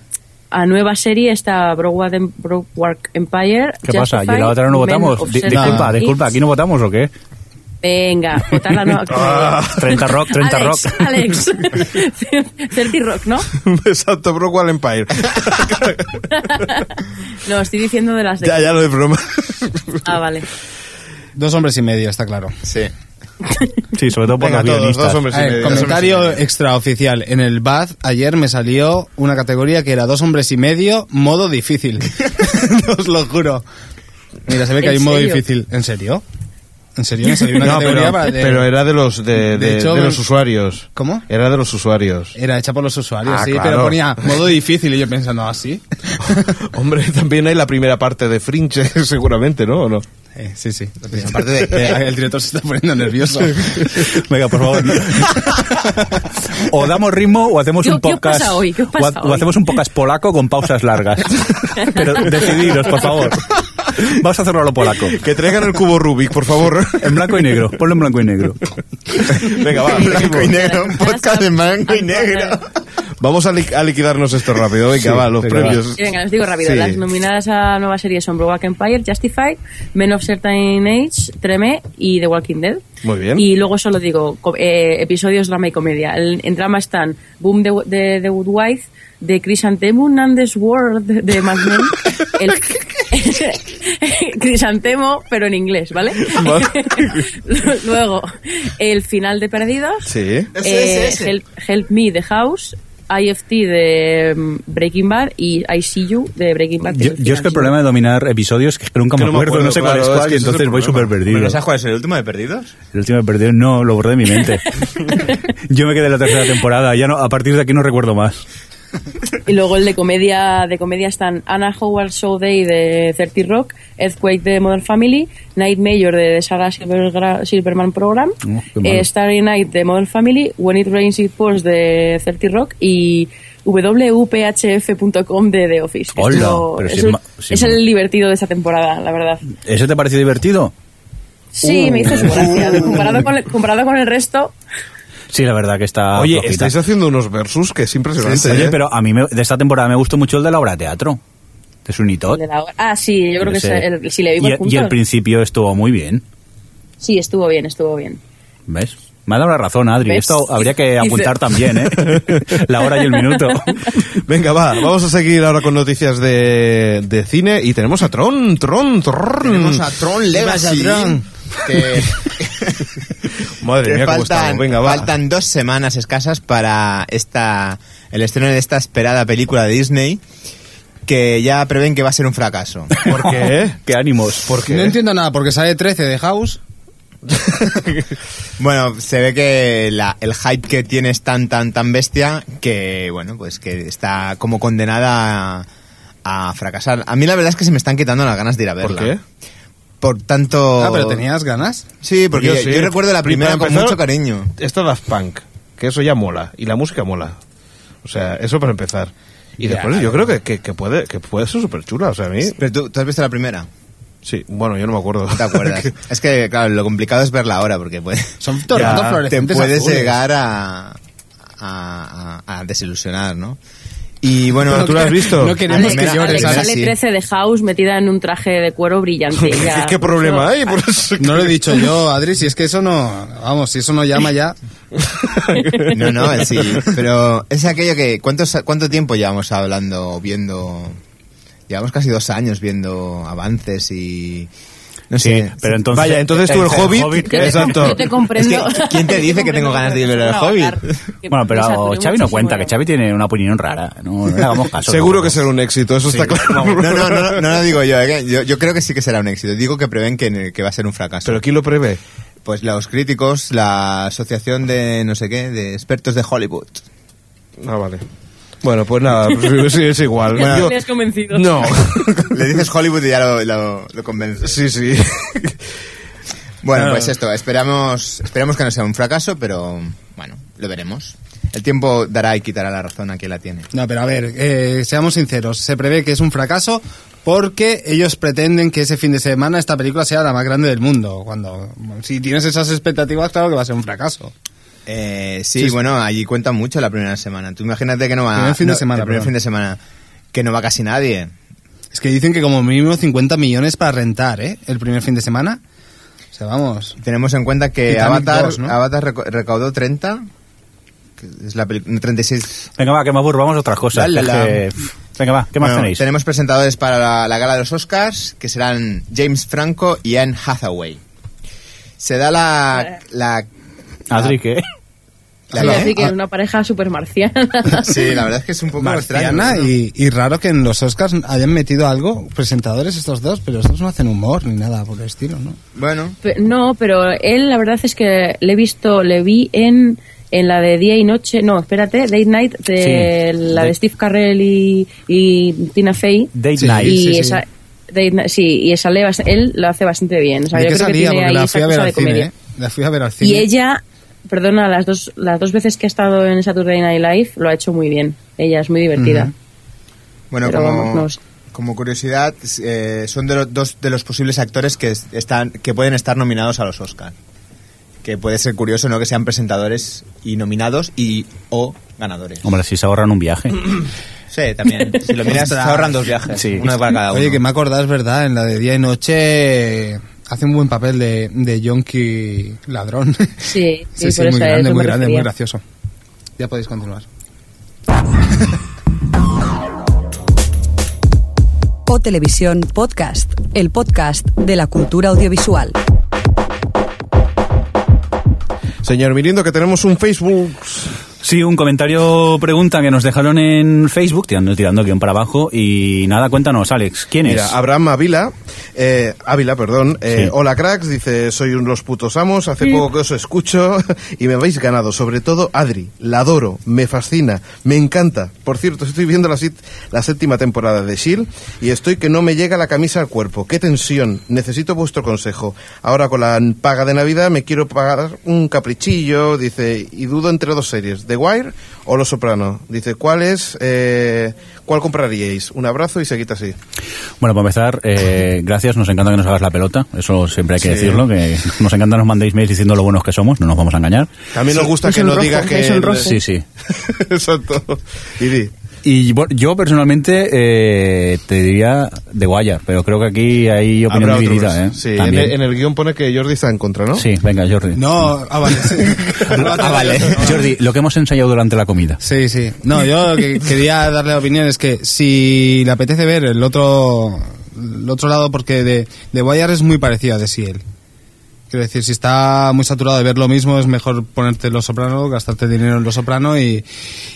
a nueva serie está Broadway Em- Broadwalk Empire.
¿Qué pasa? ¿Y
Justified,
en la otra no,
Men
votamos?
of
Di-
Seven
disculpa,
Hits.
disculpa, ¿aquí no votamos o qué?
Venga, votarla no.
30 rock, 30
Alex,
rock.
Alex. 30 rock, ¿no?
[laughs] Exacto, Brockwell Empire.
No, estoy diciendo de las de.
ya, ya lo de broma.
Ah, vale.
Dos hombres y medio, está claro.
Sí.
Sí, sobre todo por
Venga,
los
todos,
guionistas.
dos hombres y
A ver,
medio, dos hombres y
comentario
medio.
extraoficial. En el BAD ayer me salió una categoría que era dos hombres y medio, modo difícil. [laughs] Os lo juro. Mira, se ve que
¿En
hay un modo
serio?
difícil. ¿En serio? ¿En serio? Me salió
[laughs]
una
No,
categoría
pero,
para de-
pero era de los, de,
de
de-
hecho,
de los
me-
usuarios.
¿Cómo?
Era de los usuarios.
Era hecha por los usuarios,
Ah,
sí,
claro.
pero ponía modo difícil y yo pensando, ¿ah, ¿así?
Hombre, también hay la primera parte de Fringe, [laughs] seguramente, ¿no? ¿O no?
Eh, sí, sí.
Aparte de-
Eh, el director se está poniendo [laughs] nervioso.
Venga, por favor. [laughs] O damos ritmo o hacemos
Yo,
un
¿qué os
podcast.
pasa hoy? ¿Qué os
o
pasa
ha- o
hoy?
hacemos un podcast polaco con pausas
[laughs]
largas. Pero decidiros, por favor. Vamos a hacerlo a lo polaco.
Que traigan el cubo Rubik, por favor.
En blanco y negro. Ponlo en blanco y negro.
Venga, [laughs] va.
Ah, Blanco y negro, un
[laughs]
podcast en blanco y negro.
Vamos a, li- a liquidarnos esto rápido. Venga,
Sí,
va, los
venga,
premios.
Sí, venga, os digo rápido.
Pues, Sí.
Las nominadas a nueva serie son Broadwalk Empire, Justified, Men of Certain Age, Tremé y The Walking Dead.
Muy bien.
Y luego solo digo co- eh, episodios drama y comedia. El- en drama están Boom de, de, de Woodwife, de Chrysanthemum and the Sword de
[laughs]
Mad Men. El, [laughs] Crisantemo, pero en inglés, ¿vale? [laughs] luego, el final de Perdidos.
Sí.
Ese,
Eh,
ese, ese.
Help, Help Me de House, IFT de mm, Breaking Bad y I See You de Breaking Bad.
Yo, yo es que el problema de dominar episodios es que nunca
Que
me
no me
acuerdo,
acuerdo,
no sé cuál
claro,
es
es
cuál
que ese
y
es el
entonces voy
problema.
súper perdido.
Bueno, ¿Sabes cuál es el último de perdidos?
El último perdido no, lo borré de mi
[laughs]
mente. Yo me quedé en la tercera temporada, ya no, a partir de aquí no recuerdo más.
Y luego el de comedia, de comedia están Anna Howard Show Day de 30 Rock, Earthquake de Modern Family, Night Major de Sarah Silvergra- Silverman Program,
Oh, qué malo.
eh, Starry Night de Modern Family, When It Rains It Pours de 30 Rock y wphf.com de The Office. que es
Hola,
lo-
pero
es,
si es
el-
ma- si
es
es-
el divertido de esta temporada, la verdad.
¿Eso te pareció divertido?
Sí, me hizo su gracia. Comparado con, el- comparado con el resto,
Sí, la verdad que está.
Oye,
flojita.
estáis haciendo unos versus que es impresionante.
Oye,
¿eh?
pero a mí me- de esta temporada me gustó mucho el de la obra de teatro. De Sunitot.
el de la hora- Ah, sí, yo creo que
Ese.
es el- si le vimos
y, y
juntos.
el principio estuvo muy bien.
sí, estuvo bien, estuvo bien.
¿Ves? Me ha dado la razón, Adri.
¿Ves?
Esto habría que
Dice-
apuntar también,
[laughs]
¿eh? la hora y el minuto.
Venga, va, vamos a seguir ahora con noticias de, de cine y tenemos a Tron, Tron, Tron.
Tenemos a Tron Legacy.
Vas a Tron.
Que,
[laughs] Madre
que
mía, cómo
faltan,
estamos. Venga, va.
faltan dos semanas escasas para esta el estreno de esta esperada película de Disney que ya prevén que va a ser
[laughs]
un fracaso.
¿Por qué?
[laughs] ¡Qué ánimos! ¿Por
No entiendo nada, porque sale 13 de House.
Bueno, se ve que la- el hype que tiene es tan, tan, tan bestia que, bueno, pues que está como condenada a, a fracasar. A mí la verdad es que se me están quitando las ganas de ir a verla.
¿Por qué?
Por tanto...
Ah, pero tenías ganas.
Sí, porque yo,
sí.
yo recuerdo la
Y
primera
para
con
empezar,
mucho cariño.
Esta Daft Punk, que eso ya mola. Y la música mola. O sea, eso para empezar. Y
Ya,
después yo creo que, que, que puede, que puede ser súper chula. O sea, a mí...
Pero tú, tú has visto la primera,
Sí, bueno, yo no me acuerdo.
¿no
[laughs]
te acuerdas? es que, claro, lo complicado es verla ahora porque puede,
Son tornados
Ya,
[laughs] te
fluorescentes
puedes
azules.
llegar a, a, a- a desilusionar, ¿no? Y bueno...
Pero tú la has visto.
No
La
queremos
primera-
que llores,
la
Alex
primera
Alex.
sale
sí.
13 de House metida en un traje de cuero
[laughs]
brillante. ya.
¿Qué problema
[laughs]
hay? Por eso que-
No lo he dicho yo, Adri, si es que eso no... Vamos, si eso no llama ya...
No, no, sí. Pero es aquello que. ¿cuántos, ¿Cuánto tiempo llevamos hablando, o viendo. Llevamos casi dos años viendo avances y. No
Sí,
sé.
pero entonces.
Vaya, entonces tú el Hobbit,
Yo te,
Exacto.
yo te comprendo.
Es que, ¿quién te
yo
dice que
comprendo [laughs]
tengo ganas de ir a ver
que
el
es una
Hobbit?
avatar, que
Bueno,
me
pero
saturó
Xavi no
muchísimo
cuenta, que
la-
Xavi tiene una opinión rara. No, no le hagamos caso.
Seguro que será un éxito, eso está claro.
No, no, no, no, no lo digo yo, ¿eh? yo. Yo creo que sí que será un éxito. Digo que prevén que, en el- que va a ser un fracaso.
Pero ¿quién lo prevé?
pues los críticos, la asociación de no sé qué, de expertos de
[laughs]
Hollywood.
Ah, vale. Bueno, pues nada, [laughs] pues sí, es igual.
Ya
Bueno,
te has convencido.
No.
Le dices Hollywood y ya lo, lo, lo convences.
Sí, sí.
[laughs] Bueno,
Claro.
pues esto, esperamos, esperamos que no sea un fracaso, pero bueno, lo veremos. El tiempo dará y quitará la razón a quien la tiene.
No, pero a ver, eh, seamos sinceros, se prevé que es un fracaso porque ellos pretenden que ese fin de semana esta película sea la más grande del mundo. Cuando si tienes esas expectativas, claro que va a ser un fracaso.
Eh, sí,
Sí, sí.
bueno, allí cuentan mucho la primera semana. Tú imagínate que no va
Primer fin de
no,
semana,
el primer
perdón.
fin de semana. que no va casi nadie.
Es que dicen que como mínimo 50 millones para rentar, ¿eh? El primer fin de semana. O sea, vamos.
Tenemos en cuenta que
Titanic
Avatar,
2, ¿no?
Avatar reco- recaudó 30, que es la película, 36.
Venga, va, que me aburro, vamos a otras cosas.
Dale,
que es
la-
que- Venga, va, ¿qué más
Bueno,
tenéis?
Tenemos presentadores para la, la gala de los Oscars, que serán James Franco y Anne Hathaway. Se da la... la,
Adri, ¿qué?
la- [laughs]
Sí,
¿eh?
así que
Ah,
es una pareja súper marciana.
[laughs] sí, la verdad es que es un poco
Marciana
extraño. ¿no?
y, y raro que en los Oscars hayan metido algo, presentadores estos dos, pero estos no hacen humor ni nada por el estilo, ¿no?
Bueno,
Pe- No, pero él la verdad es que le he visto, le vi en, en la de día y noche, no, espérate, Date Night, de
Sí,
la
de-
de Steve Carrell y, y Tina Fey.
Date
Sí,
night.
y
sí, sí.
esa, Date Night- sí, y esa le bas- él lo hace bastante bien. O sea,
¿De
yo
qué
creo
salía?
que tiene
Porque
ahí
la
esa
fui a ver
cosa de
al cine,
comedia.
¿eh? La fui a ver al cine.
Y ella, perdona, las dos, las dos veces que ha estado en Saturday Night Live lo ha hecho muy bien. Ella es muy divertida.
Ujú.
Bueno,
Pero
como,
vamos, no sé.
como curiosidad, eh, son de los, dos de los posibles actores que es- están que pueden estar nominados a los Oscar. Que puede ser curioso, ¿no? Que sean presentadores y nominados y o ganadores.
Hombre, si se ahorran un viaje.
Sí, también. Si lo miras, se ahorran dos viajes.
Sí.
Uno para cada uno.
Oye, que me acordás, ¿verdad? En la de día y noche hace un buen papel de, de yonki ladrón. [laughs]
Sí, sí,
sí, sí,
por
muy
eso a
grande,
eso
muy
me
grande, muy
refería.
gracioso. Ya podéis continuar.
O Televisión Podcast, el podcast de la cultura audiovisual.
[laughs] Señor Mirindo, que tenemos un Facebook.
Sí, un comentario pregunta que nos dejaron en Facebook, tirando, tirando guión para abajo. Y nada, cuéntanos, Alex, ¿quién es?
Mira, Abraham Ávila, eh, Ávila, perdón. eh,
Sí.
Hola cracks, dice, soy un los putos amos, hace poco que os escucho [laughs] y me habéis ganado. Sobre todo Adri, la adoro, me fascina, me encanta. Por cierto, estoy viendo la, sit- la séptima temporada de S.H.I.E.L.D. E y estoy que no me llega la camisa al cuerpo. ¡Qué tensión! Necesito vuestro consejo. Ahora con la paga de Navidad me quiero pagar un caprichillo, dice, y dudo entre dos series, The Wire o Los Soprano. Dice, ¿cuál es, eh, cuál compraríais? Un abrazo y seguid así.
Bueno, para empezar, eh, gracias, nos encanta que nos hagas la pelota, eso siempre hay que
Sí.
decirlo, que nos encanta nos mandéis mails diciendo lo buenos que somos, no nos vamos a engañar.
También nos gusta
es
que
un
no
rojo,
diga que...
es un
[laughs]
rojo.
Sí, sí.
Exacto. Y di.
Y bueno, yo personalmente eh, te diría de Guayar, pero creo que aquí hay opinión
Habrá otro
dividida, ¿eh?
verso. Sí, en
También.
el, en el guión pone que Jordi está en contra, ¿no?
Sí, venga, Jordi.
No, ah, vale.
[laughs]
sí. [laughs]
Ah, vale.
Jordi, lo que hemos ensayado durante la comida.
Sí, sí. No, yo lo
[laughs]
que quería darle la opinión es que si le apetece ver el otro el otro lado, porque de, de Wire es muy parecido a de Siel. Quiero decir, si está muy saturado de ver lo mismo, es mejor ponerte Los Soprano, gastarte dinero en Los Soprano y,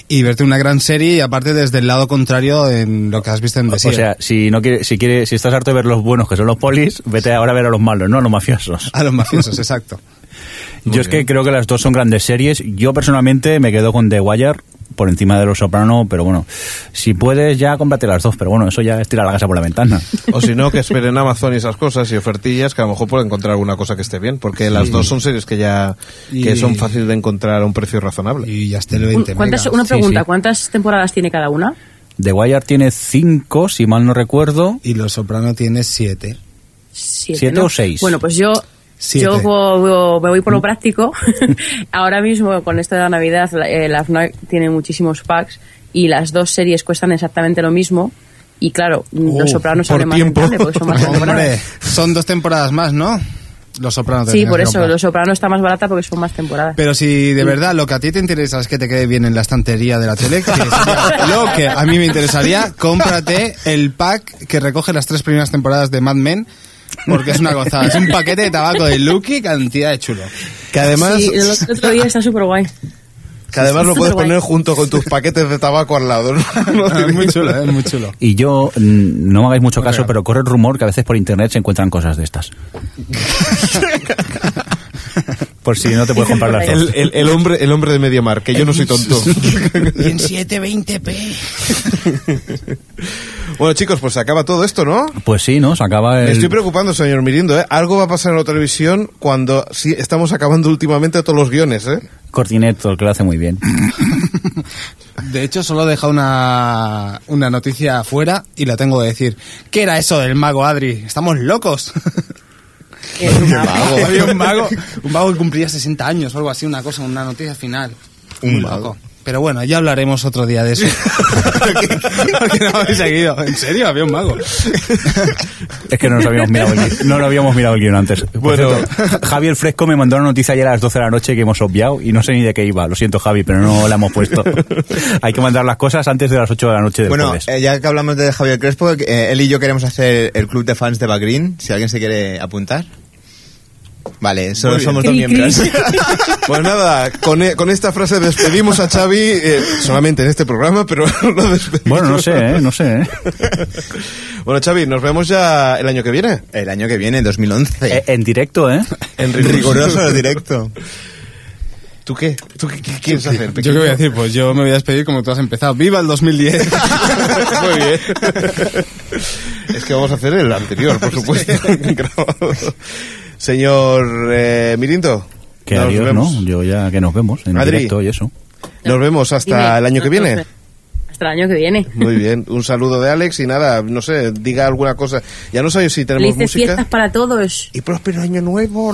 y verte una gran serie, y aparte desde el lado contrario en lo que has visto en
O
The Seal.
sea, si no quiere, si quiere, si estás harto de ver los buenos que son los polis, vete ahora a ver a los malos, no a los mafiosos.
[laughs] a los mafiosos, exacto.
Yo es que creo que las dos son grandes series. Yo personalmente me quedo con The Wire por encima de Los Soprano, pero bueno, si puedes ya cómprate las dos, pero bueno, eso ya es tirar la casa por la ventana.
O si no, que esperen Amazon y esas cosas y ofertillas, que a lo mejor pueden encontrar alguna cosa que esté bien, porque las dos son series que ya que
Y-
son fácil de encontrar a un precio razonable.
[laughs] Y ya esté el 20.
¿Cuántas,
megas.
una pregunta,
sí.
¿cuántas temporadas tiene cada una?
The Wire tiene cinco, si mal no recuerdo.
Y Los Soprano tiene siete.
Siete,
¿Siete
¿no?
o seis?
Bueno, pues yo,
Siete.
yo vo- me voy por lo
Mm.
práctico. [laughs] Ahora mismo, con esto de la Navidad, la, eh, la FNAC tiene muchísimos packs y las dos series cuestan exactamente lo mismo. Y claro, Los Sopranos
por
sale más
tiempo.
rentable porque son
[laughs]
más
Oh, [laughs] Hombre,
temporadas.
son dos temporadas más, ¿no? Los Soprano te
Sí,
tenías
por
que
eso,
comprar.
Los Sopranos está más barata porque son más temporadas.
Pero si de verdad lo que a ti te interesa es que te quede bien en la estantería de la tele, que
[laughs]
es lo que a mí me interesaría, cómprate el pack que recoge las tres primeras temporadas de Mad Men, porque es una gozada. Es un paquete de tabaco de Lucky, cantidad de chulo.
Que además,
Sí,
[laughs]
el otro- el otro día está súper guay.
que además
sí,
lo puedes
superguay.
poner junto con tus paquetes de tabaco al lado. ¿no? No
Es muy
tiene-
chulo, eh, es muy chulo.
Y yo, mm, no me hagáis mucho caso, pero corre el rumor que a veces por internet se encuentran cosas de
[laughs]
estas. por si no te puedes comprar las dos.
El, el- el hombre, el hombre de Mediamar, que yo no soy tonto.
Y en 720p.
Bueno, chicos, pues se acaba todo esto, ¿no?
Pues sí, ¿no? Se acaba el...
Me estoy preocupando, señor Mirindo, ¿eh? Algo va a pasar en la televisión cuando sí, estamos acabando últimamente todos los guiones, ¿eh?
Cortineto, que lo hace muy bien.
[laughs] De hecho, solo deja una, una noticia afuera y la tengo que decir. ¿Qué era eso del mago Adri? Estamos locos.
Que es
[laughs]
una-
Había un mago, un mago que cumplía 60 años o algo así, una cosa, una noticia final.
Un
Muy
mago.
loco. Pero bueno, ya hablaremos otro día de eso. Porque no habéis seguido. ¿En serio? Había un mago.
Es que no nos habíamos mirado el guión, no lo habíamos mirado el guión antes. Por
Bueno.
cierto, Javier Fresco me mandó una noticia ayer a las 12 de la noche que hemos obviado y no sé ni de qué iba. Lo siento, Javi, pero no la
[laughs]
hemos puesto. Hay que mandar las cosas antes de las 8 de la noche del
Bueno,
jueves.
eh, ya que hablamos de Javier Crespo, eh, él y yo queremos hacer el club de fans de Bagrin, si alguien se quiere apuntar. Vale, solo somos dos
Cri, cri.
miembros.
[laughs] Pues nada, con, e- con esta frase despedimos a Xavi, eh, solamente en este programa, pero [laughs] lo despedimos. [laughs]
Bueno, no sé, ¿eh? no sé. ¿eh?
Bueno, Xavi, nos vemos ya el año que viene.
El año que viene, 2011.
Eh, En directo, ¿eh?
En
Riguroso directo.
[laughs] ¿Tú qué? ¿Tú qué, qué quieres hacer?
¿Yo qué voy a decir? Pues yo me voy a despedir como tú has empezado. ¡Viva el 2010!
Muy bien. Es que vamos a hacer el
[laughs]
anterior, por [laughs] supuesto. grabado. Señor eh, Mirinto.
Que
nos
adiós,
vemos.
¿no? Yo ya que nos vemos en
Adri.
directo y eso.
Nos vemos hasta
Dime,
el año que viene.
entonces, Hasta el año que viene.
Muy bien, un saludo de Alex y nada, no sé, diga alguna cosa. Ya no sé si tenemos
Felices
música.
fiestas para todos.
Y próspero año nuevo.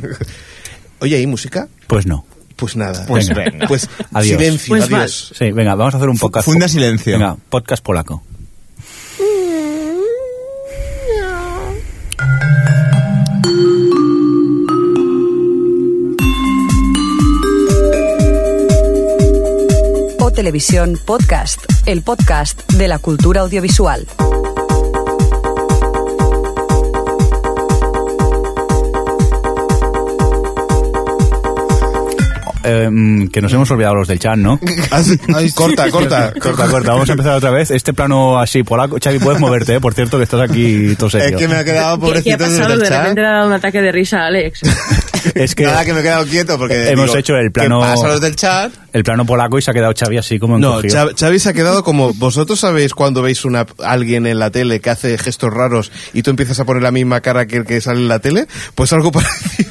[laughs] Oye, ¿y música?
Pues no.
Pues nada.
Pues
Venga.
venga.
Pues
Adiós.
silencio,
Pues
adiós.
Sí, venga, vamos a hacer un podcast.
Funda silencio.
Venga, podcast polaco.
O Televisión Podcast, el podcast de la cultura audiovisual.
Eh, mm, que nos hemos olvidado los del chat,
[laughs]
¿no?
Ay, corta, corta,
Corta,
corta.
corta, vamos a empezar otra vez. Este plano así polaco. Xavi, puedes moverte, ¿eh? por cierto, que estás aquí todo
Es
serio.
que me
[laughs]
ha quedado
¿Qué, qué ha
pobrecito en
pasado?
el
De
chat.
repente le ha dado un ataque de risa a Alex.
Es que
Nada, que me he quedado quieto porque.
Hemos
digo,
hecho el plano-
¿Qué pasa los del chat?
el plano polaco y se ha quedado Xavi así como
No,
encogido.
Xav- Xavi se ha quedado como vosotros sabéis cuando veis una alguien en la tele que hace gestos raros y tú empiezas a poner la misma cara que el que sale en la tele, pues algo [laughs] parecido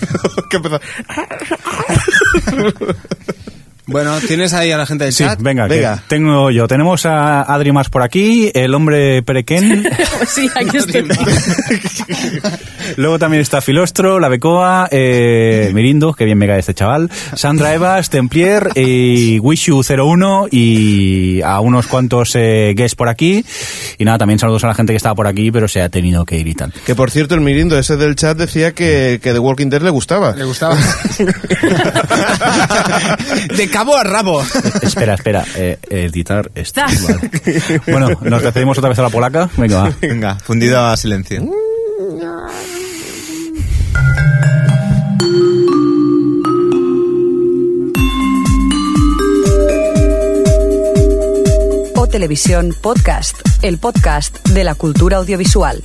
que empezó. ah.
bueno, tienes ahí a la gente del
Sí,
chat.
venga, que
venga.
tengo yo. Tenemos a Adri más por aquí, el hombre perequén.
[laughs] sí, aquí estoy.
[laughs] Luego también está Filostro, La Becoa, eh, Mirindo, que bien me cae este chaval, Sandra Evas, Templier, y Wishu01 y a unos cuantos eh, guests por aquí. Y nada, también saludos a la gente que estaba por aquí, pero se ha tenido que ir y tal.
Que por cierto, el mirindo ese del chat decía que, que The Walking Dead le gustaba.
¿Le gustaba? de cabo a rabo.
Espera, espera, eh, editar
[laughs]
esto.
Zas.
vale. Bueno, nos despedimos otra vez a la polaca. Venga, va.
Venga, fundido a silencio.
O Televisión Podcast, el podcast de la cultura audiovisual.